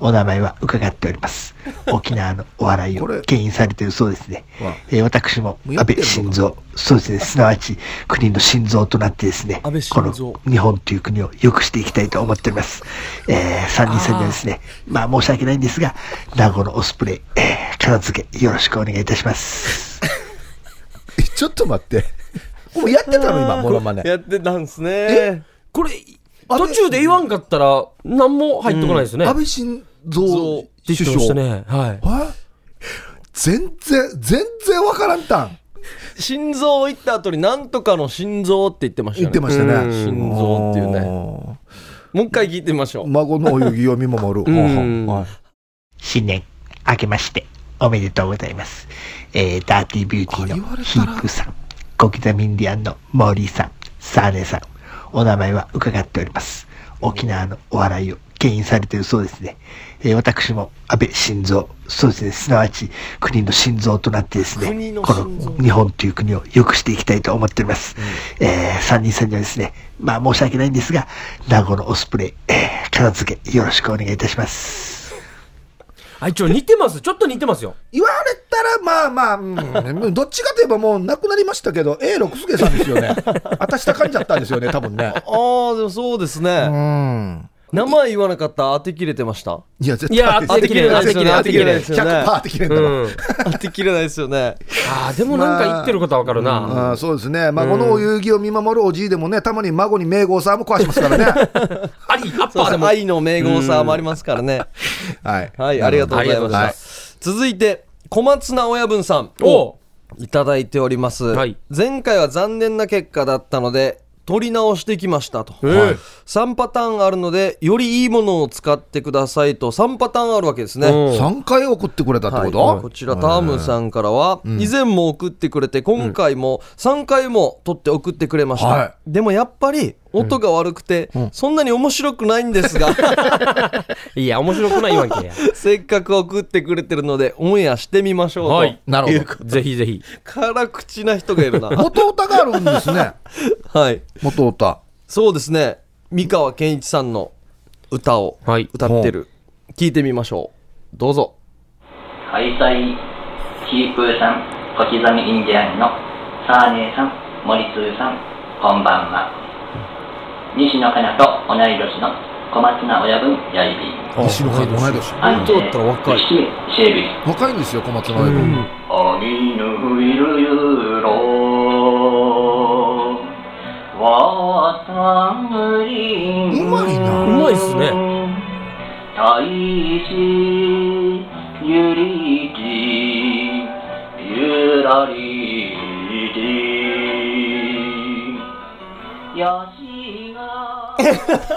お名前は伺っております。沖 縄のお笑いこれを牽引されているそうですねわ。えー私ももうや安ってるの倍晋三、そうですね、すなわち国の心臓となってですね、安倍こ晋の三日本という国を良くしていきたいと思っております。えー、三人さんにはですね、まあ申し訳ないんですが、名護のオスプレイ、えー、片付けよろしくお願いいたします。え ちょっと待って。もうやってたの今、モノマネ。やってたんですねこれ途中で言わんかったら何も入ってこないですよね安倍晋三出首てました相。ねはいえ全然、全然わからんたん。心臓行った後になんとかの心臓って言ってましたよ言っねてましたうんね。心臓っていうねね。もう一回聞いてみましょう孫のお遊戯を見守る。んはい新年明けましておめでとうございます。えー、ダーティービューティーこれ言われたのヒらープさん、小刻みインディアンのモーリーさん、サーネさん、お名前は伺っております。沖縄のお笑いを牽引されているそうですね。えー私も安倍晋三、そうですね、すなわち国の心臓となってです国ね、のこ心臓の日本という国を良くしていきたいと思っております。えー、三人さんにはですね、まあ申し訳ないんですが、名護のオスプレイ、えー片付けよろしくお願いいたします。あ一応似てますちょっと似てますよ言われたら、まあまあ、うん、どっちかといえばもう亡くなりましたけど、A 六助さんですよね。あたしたかんじゃったんですよね、多分ね。ああでもそうですねうん。名前言わなかったら当て切れてましたいや、絶いや対当てきれないですよね当てきれない。当てきれないですよね100%当てきれないんだもん。うん 当て切れないですよねあーでもなんか言ってることはわかるなあーそうですね、孫のお遊戯を見守るおじいでもね、たまに孫に名号さんも壊します からね。ありアッパそうーでですも愛の名号さもありますからねはい、はいありがとうございまありがとうござしいまた続いて小松菜親分さんおういただいております、はい前回は残念な結果だったので取り直してきましたと、ええ3パターンあるのでよりいいものを使ってくださいと3パターンあるわけですね、うん3回送ってくれたってはこい、と、こちらタームさんからは、以前も送ってくれて今回も3回も撮って送ってくれました、はでもやっぱり音が悪くて、そんなに面白くないんですがいや面白くない言わんけやせっかく送ってくれてるのでオンエアしてみましょうと、 はいなるほぜひぜひ辛口な人がいるど。な元歌があるんで すね、はい元歌。そうですね三河健一さんの歌をはい歌ってる、聞いてみましょうどうぞ開催キープーさん、小刻みインディアンのサーネーさん、森通さん、こんばんは。西野カナと同い年の小松菜親分やいび。西野海同い年。安当だったら若い定シェルビー。若いんですよ、小松菜君。鬼のいるゆろわたむりんうまいなうまいっすね大しゆりじゆらり じやしが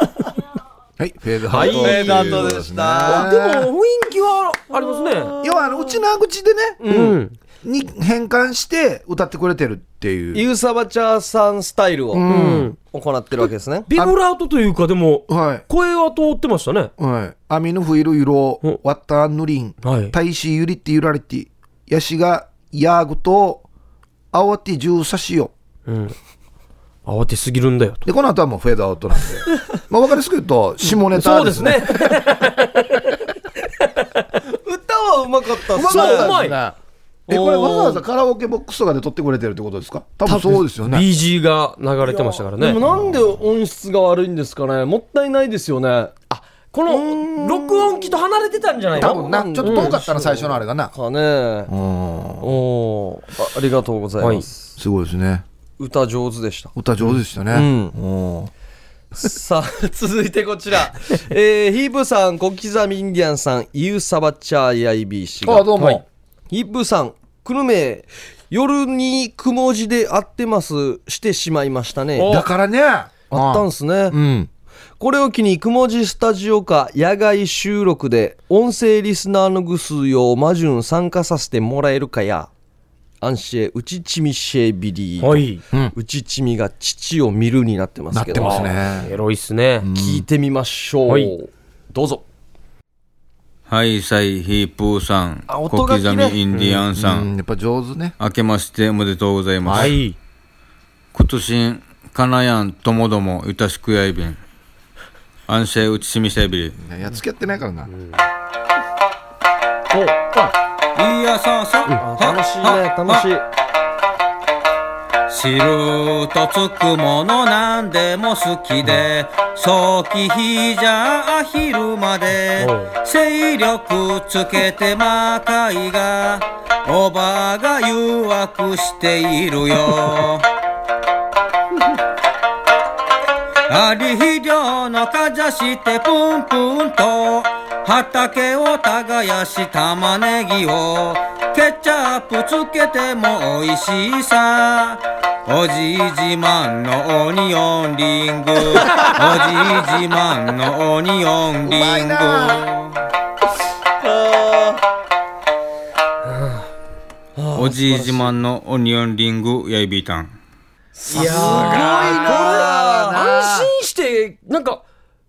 はい、フェードアはウい、トフとェードアいうこウトとでですしね。た。でも雰囲気はありますね。要はあのうちの口でね、うん。に変換して歌ってくれてるっていう。ユーサバチャーさんスタイルをん行ってるわけですね。ビブラートというか、でも、はい。声は通ってましたね。はい。アミヌフイルユロお、ワッタンヌリン、はいタイシーユリってユラリティ、ヤシガヤーグと、アワティジューサシオ。慌てすぎるんだよと。で、この後はもうフェードアウト なんで。まあ、わかりやすく言うと、下ネそタうでですすね。ね。歌はうまかったっすねうまかったうまいえ、これわざわざカラオケボックスとかで撮ってくれてるってことですか多分そうですよね。 BG が流れてましたからでね。もなんで音質が悪いんですかねもったいないですよね。この、録音機と離れてたんじゃない多の分な、ちょっと遠かったな、最初のあれがな。かねうん。おーあありがとうございます。すごいですね。歌上手でした。歌上手でしたね。んうんさあ、続いてこちら。えー、ヒープさん、小刻みインディアンさん、ユーサバチャー EIB 氏が。あ、どうも。はいヒープさん、久留米、夜にくも字で会ってます、してしまいましたね。だからね。ああったんすね。うん。これを機に、くも字スタジオか野外収録で、音声リスナーのぐすよをマジュン参加させてもらえるかや、アンシェ、うちちみシェビリー。はい。うちちみが父を見るになってますけど。なってますねエロいっすね。聞いてみましょう。はいどうぞ。はい、サイヒープーさん、あ小音が刻綺み麗インディアンさん、うんやっぱ上手ね。明けましておめでとうございます。はい。今年、かなやんともども、ゆたしくやいびん、安心うちしみしゃいびり。やっつけてないからな。いやささ、楽しいね、楽しい。知るとつくものなんでも好きで早期日じゃあ昼まで精力つけて魔界がおばが誘惑しているよあり肥料のかざしてプンプンと畑を耕し玉ねぎをケチャップつけても美味しいさおじい自慢のオニオンリ ングおじい自慢のオニオンうまリいングなおじい自慢のオニオンリングやいびたいんやー、すごいな安心して、なんか、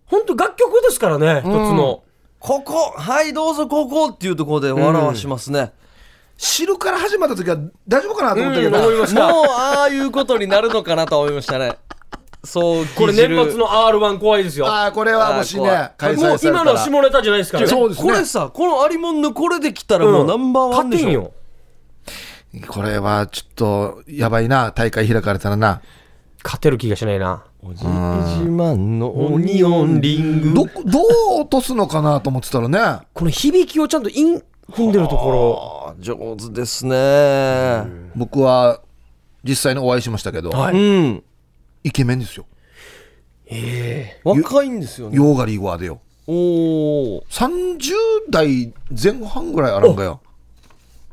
ほんと楽曲ですからね、一つの。ここ、はい、どうぞここっていうところで笑わしますね。知るから始まった時は大丈夫かなと思ったけど。思いましもうた。、ああいうことになるのかなと思いましたね。そう、これ気じ年る末。の R1 怖いですよ。ああ、これはもしあねー、開催もうされた今らの下ネタじゃないですからね。そうですねこれさ、このアリモンのこれできたらもうナンバーワンでし勝てんょ。よ。これはちょっと、やばいな。大会開かれたらな。勝てる気がしないな。おじい自慢のオニオンリング。ど、 どう落とすのかなと思ってたらね。この響きをちゃんとイン踏んでるとこあー上手ですね。僕は、実際にお会いしましたけど、ろ。はうい。ん。イケメンですよ。若いんですよね。ヨーガリーワーでよ。おお。 30代前半ぐらいあらんがよ。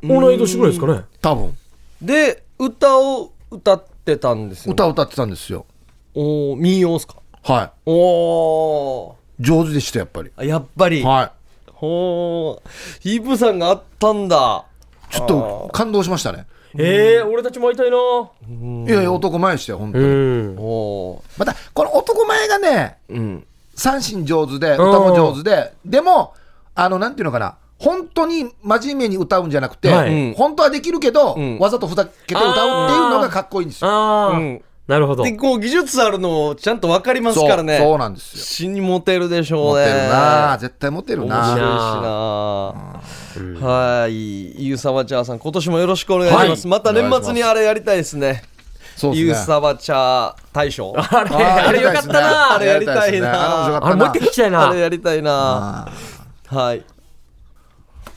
同い年ぐらいですかね。多分。で、歌を歌ってたんですよ、ね。歌を歌ってたんですよ。おお、民謡っすか。はおお。い。上手でした、やっぱり。あやっぱり。はほー。ヒープさんがあったんだ。い。ちょっと感動しましたね。ええ、俺たちも会いたいな。いやいや、男前でしたよ、本当うに。ん。おー。また、この男前がね、うん。三振上手で、歌も上手で、でも、あの、なんていうのかな、本当に真面目に歌うんじゃなくて、はいうん本当はできるけど、んわざとふざけて歌うっていうのがかっこいいんですよ。あうあ、んなるほど。で、こう、技術あるのをちゃんと分かりますそうからね。そうなんですよ。死にモテるでしょモうね。テるな絶対モテる面白いしな面なはい。ゆうさばちゃーさん、今年もよろしくお願いします。はまいた年末にあれやりたいですね。そうゆうですね。さばちゃー大賞。あれ、あれよかったな。あれやりたいですねあれ面白かあれっもう一たな回聞きたいあなれ。やりたいな。はい。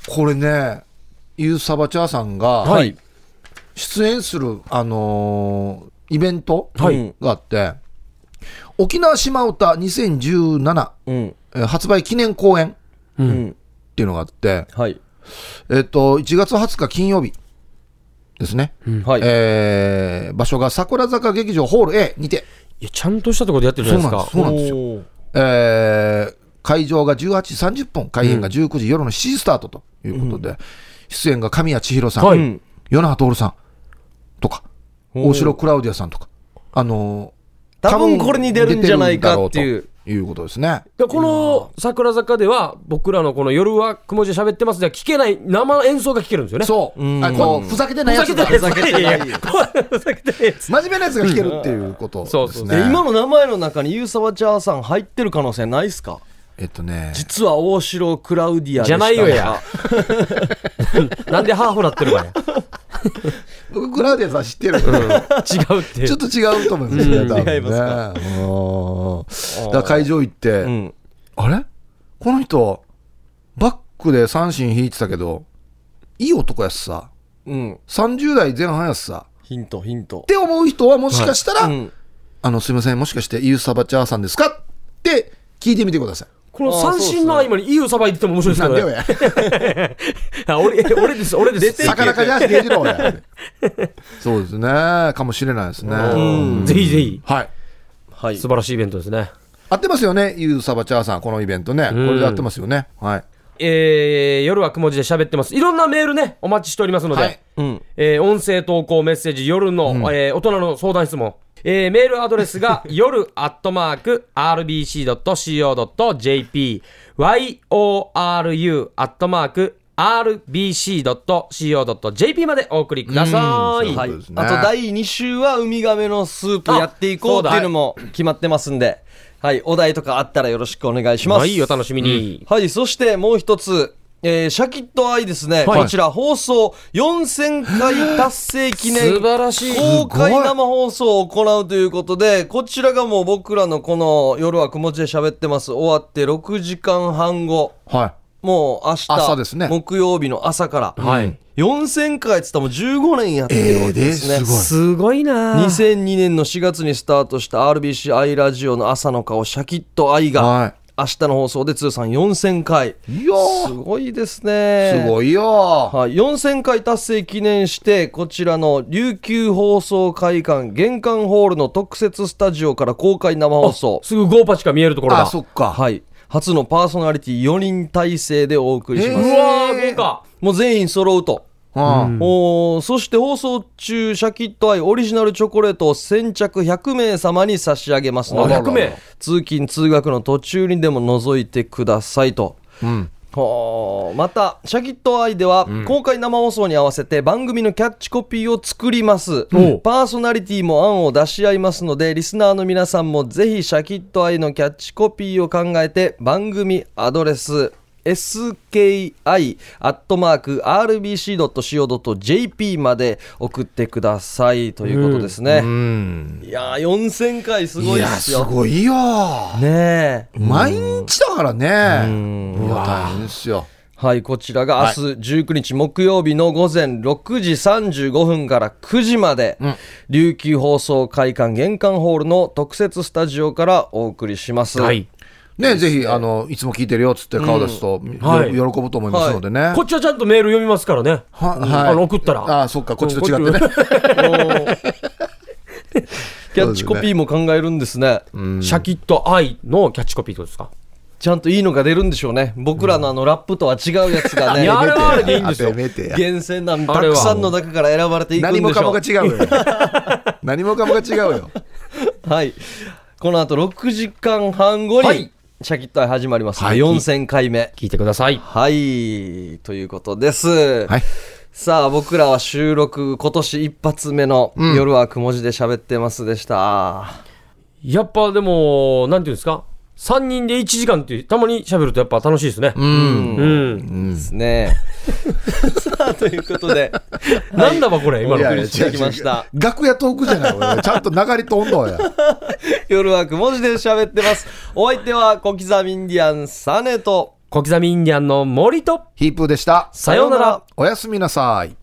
これね、ゆうさばちゃーさんがはい。出演する、あのーイベントはいがあって、沖縄島唄2017うん。えー発売記念公演うん。っていうのがあって、はい。えっと、1月20日金曜日ですね。はい。えー場所が桜坂劇場ホール A にて、いや、ちゃんとしたところでやってるじゃないですか。そうなんですそうおーえー会場が18時30分、開演が19時、夜の7時スタートということで、出演が神谷千尋さん、はい与那覇徹さんとか、大城クラウディアさんとか、あのー多分これに出るんじゃないかっていう出てるんだろうということですね。でこの桜坂では、僕らのこの夜はくも字喋ってますでは聞けない生演奏が聞けるんですよね。そう、あこうふざけてないやつがふざけてないやつふざけてないやつ。真面目なやつが弾けるっていうことそうでそすうえね。今の名前の中にユーサワチャーさん入ってる可能性ないですかえっとね、実は大城クラウディアでしたじゃないよや。なんでハーフなってるかね。僕クラウディアさん知って違る。うって。 ちょっと違うと思いますね、多分ね。違いますかうんだから会場行って、んあれこの人、バックで三振引いてたけど、いい男やしさ、うん30代前半やしさ、っヒントヒントて思う人はもしかしたら、うんあの、すいません、もしかして、ユーサバチャーさんですかって聞いてみてください。この三振の合間にいいよさばいてても面白いですなけんどでよね。や。あ俺、俺です、俺 です。なかなかじゃあ、秀次郎や。そうですね。かもしれないですね。うんぜひぜひ。はい。はい素晴らしいイベントですね。合ってますよね、ユーサバチャーさん、このイベントね。これで合ってますよね。はい。えー夜はくも字で喋ってます。いろんなメールね、お待ちしておりますので、はいうんえー音声投稿メッセージ、夜の、えー大人の相談質問、えーメールアドレスが夜アットマーク RBC.CO.JP、YORU アットマーク RBC.CO.JP までお送りください。ははいい、あと第2週はウミガメのスープやっていこうっていうのも決まってますんで、はい、お題とかあったらよろしくお願いします。はい、お楽しみに。はい、そしてもう一つ、えーシャキッとアイですね、はいこちら放送4000回達成記念素晴らしい公開生放送を行うということで、こちらがもう僕らのこの夜は曇りで喋ってます終わって6時間半後。はい。もう明日朝ですね木曜日の朝から、4000回っつったらもう15年やってるわけですね、えーですすごいなぁ2002年の4月にスタートした RBC アイラジオの朝の顔シャキッと愛が、はい明日の放送で通算4000回いやすーごいですねすごいよはい、4000回達成記念してこちらの琉球放送会館玄関ホールの特設スタジオから公開生放送すぐゴーパチが見えるところだ。あ、そっか。はい初のパーソナリティ4人体制でお送りしまうす、えわー、豪華。もう全員揃うとうんおーそして放送中シャキッとアイオリジナルチョコレートを先着100名様に差し上げますのであ100名通勤通学の途中にでも覗いてくださいと。ほーまた「シャキットアイ」では公開生放送に合わせて番組のキャッチコピーを作ります、おうパーソナリティも案を出し合いますのでリスナーの皆さんもぜひ「シャキットアイ」のキャッチコピーを考えて番組アドレス ski.rbc.co.jp まで送ってくださいということですね、いやー4000回すごいいでや、すすよごいよねえ毎日だからね。いや、大変ですよ。はい、こちらが明日19日木曜日の午前6時35分から9時まで、琉球放送会館玄関ホールの特設スタジオからお送りします。はい。ね、ぜひ、あの、いつも聞いてるよっつって顔出すと、よはい喜ぶと思いますのでね。こっちはちゃんとメール読みますからね。ははいあの送ったら。あ、そっか、こっちと違 ってね。キャッチコピーも考えるんですね。シャキッと愛のキャッチコピーってことですか。ちゃんといいのが出るんでしょうね。僕らのあのラップとは違うやつがねい、やあれはあれでいいんですよ当。てめてや厳選なんたあれくはさんの中から選ばれていくんでし何ょもう。かもが違 うよ。何もかもが違うよ。はい。この後6時間半後に、はいシャキッとアイ始まりますので、はい4000回目。聞いてください。はい、ということです。はいさあ、僕らは収録、今年一発目の夜はくも字で喋ってますでした。やっぱでも、なんていうんですか。3人で1時間っていう、たまに喋るとやっぱ楽しいですね。うん。ですね。さあ、ということで、なんだばこれ、今いやの。い送やりしてきました違う違う楽屋トークじゃない俺ちゃんと流れとんのや。夜はくも字で喋ってます。お相手は、小刻みインディアン、サネと、小刻みインディアンの森と、ヒープーでした。さようなら。おやすみなさい。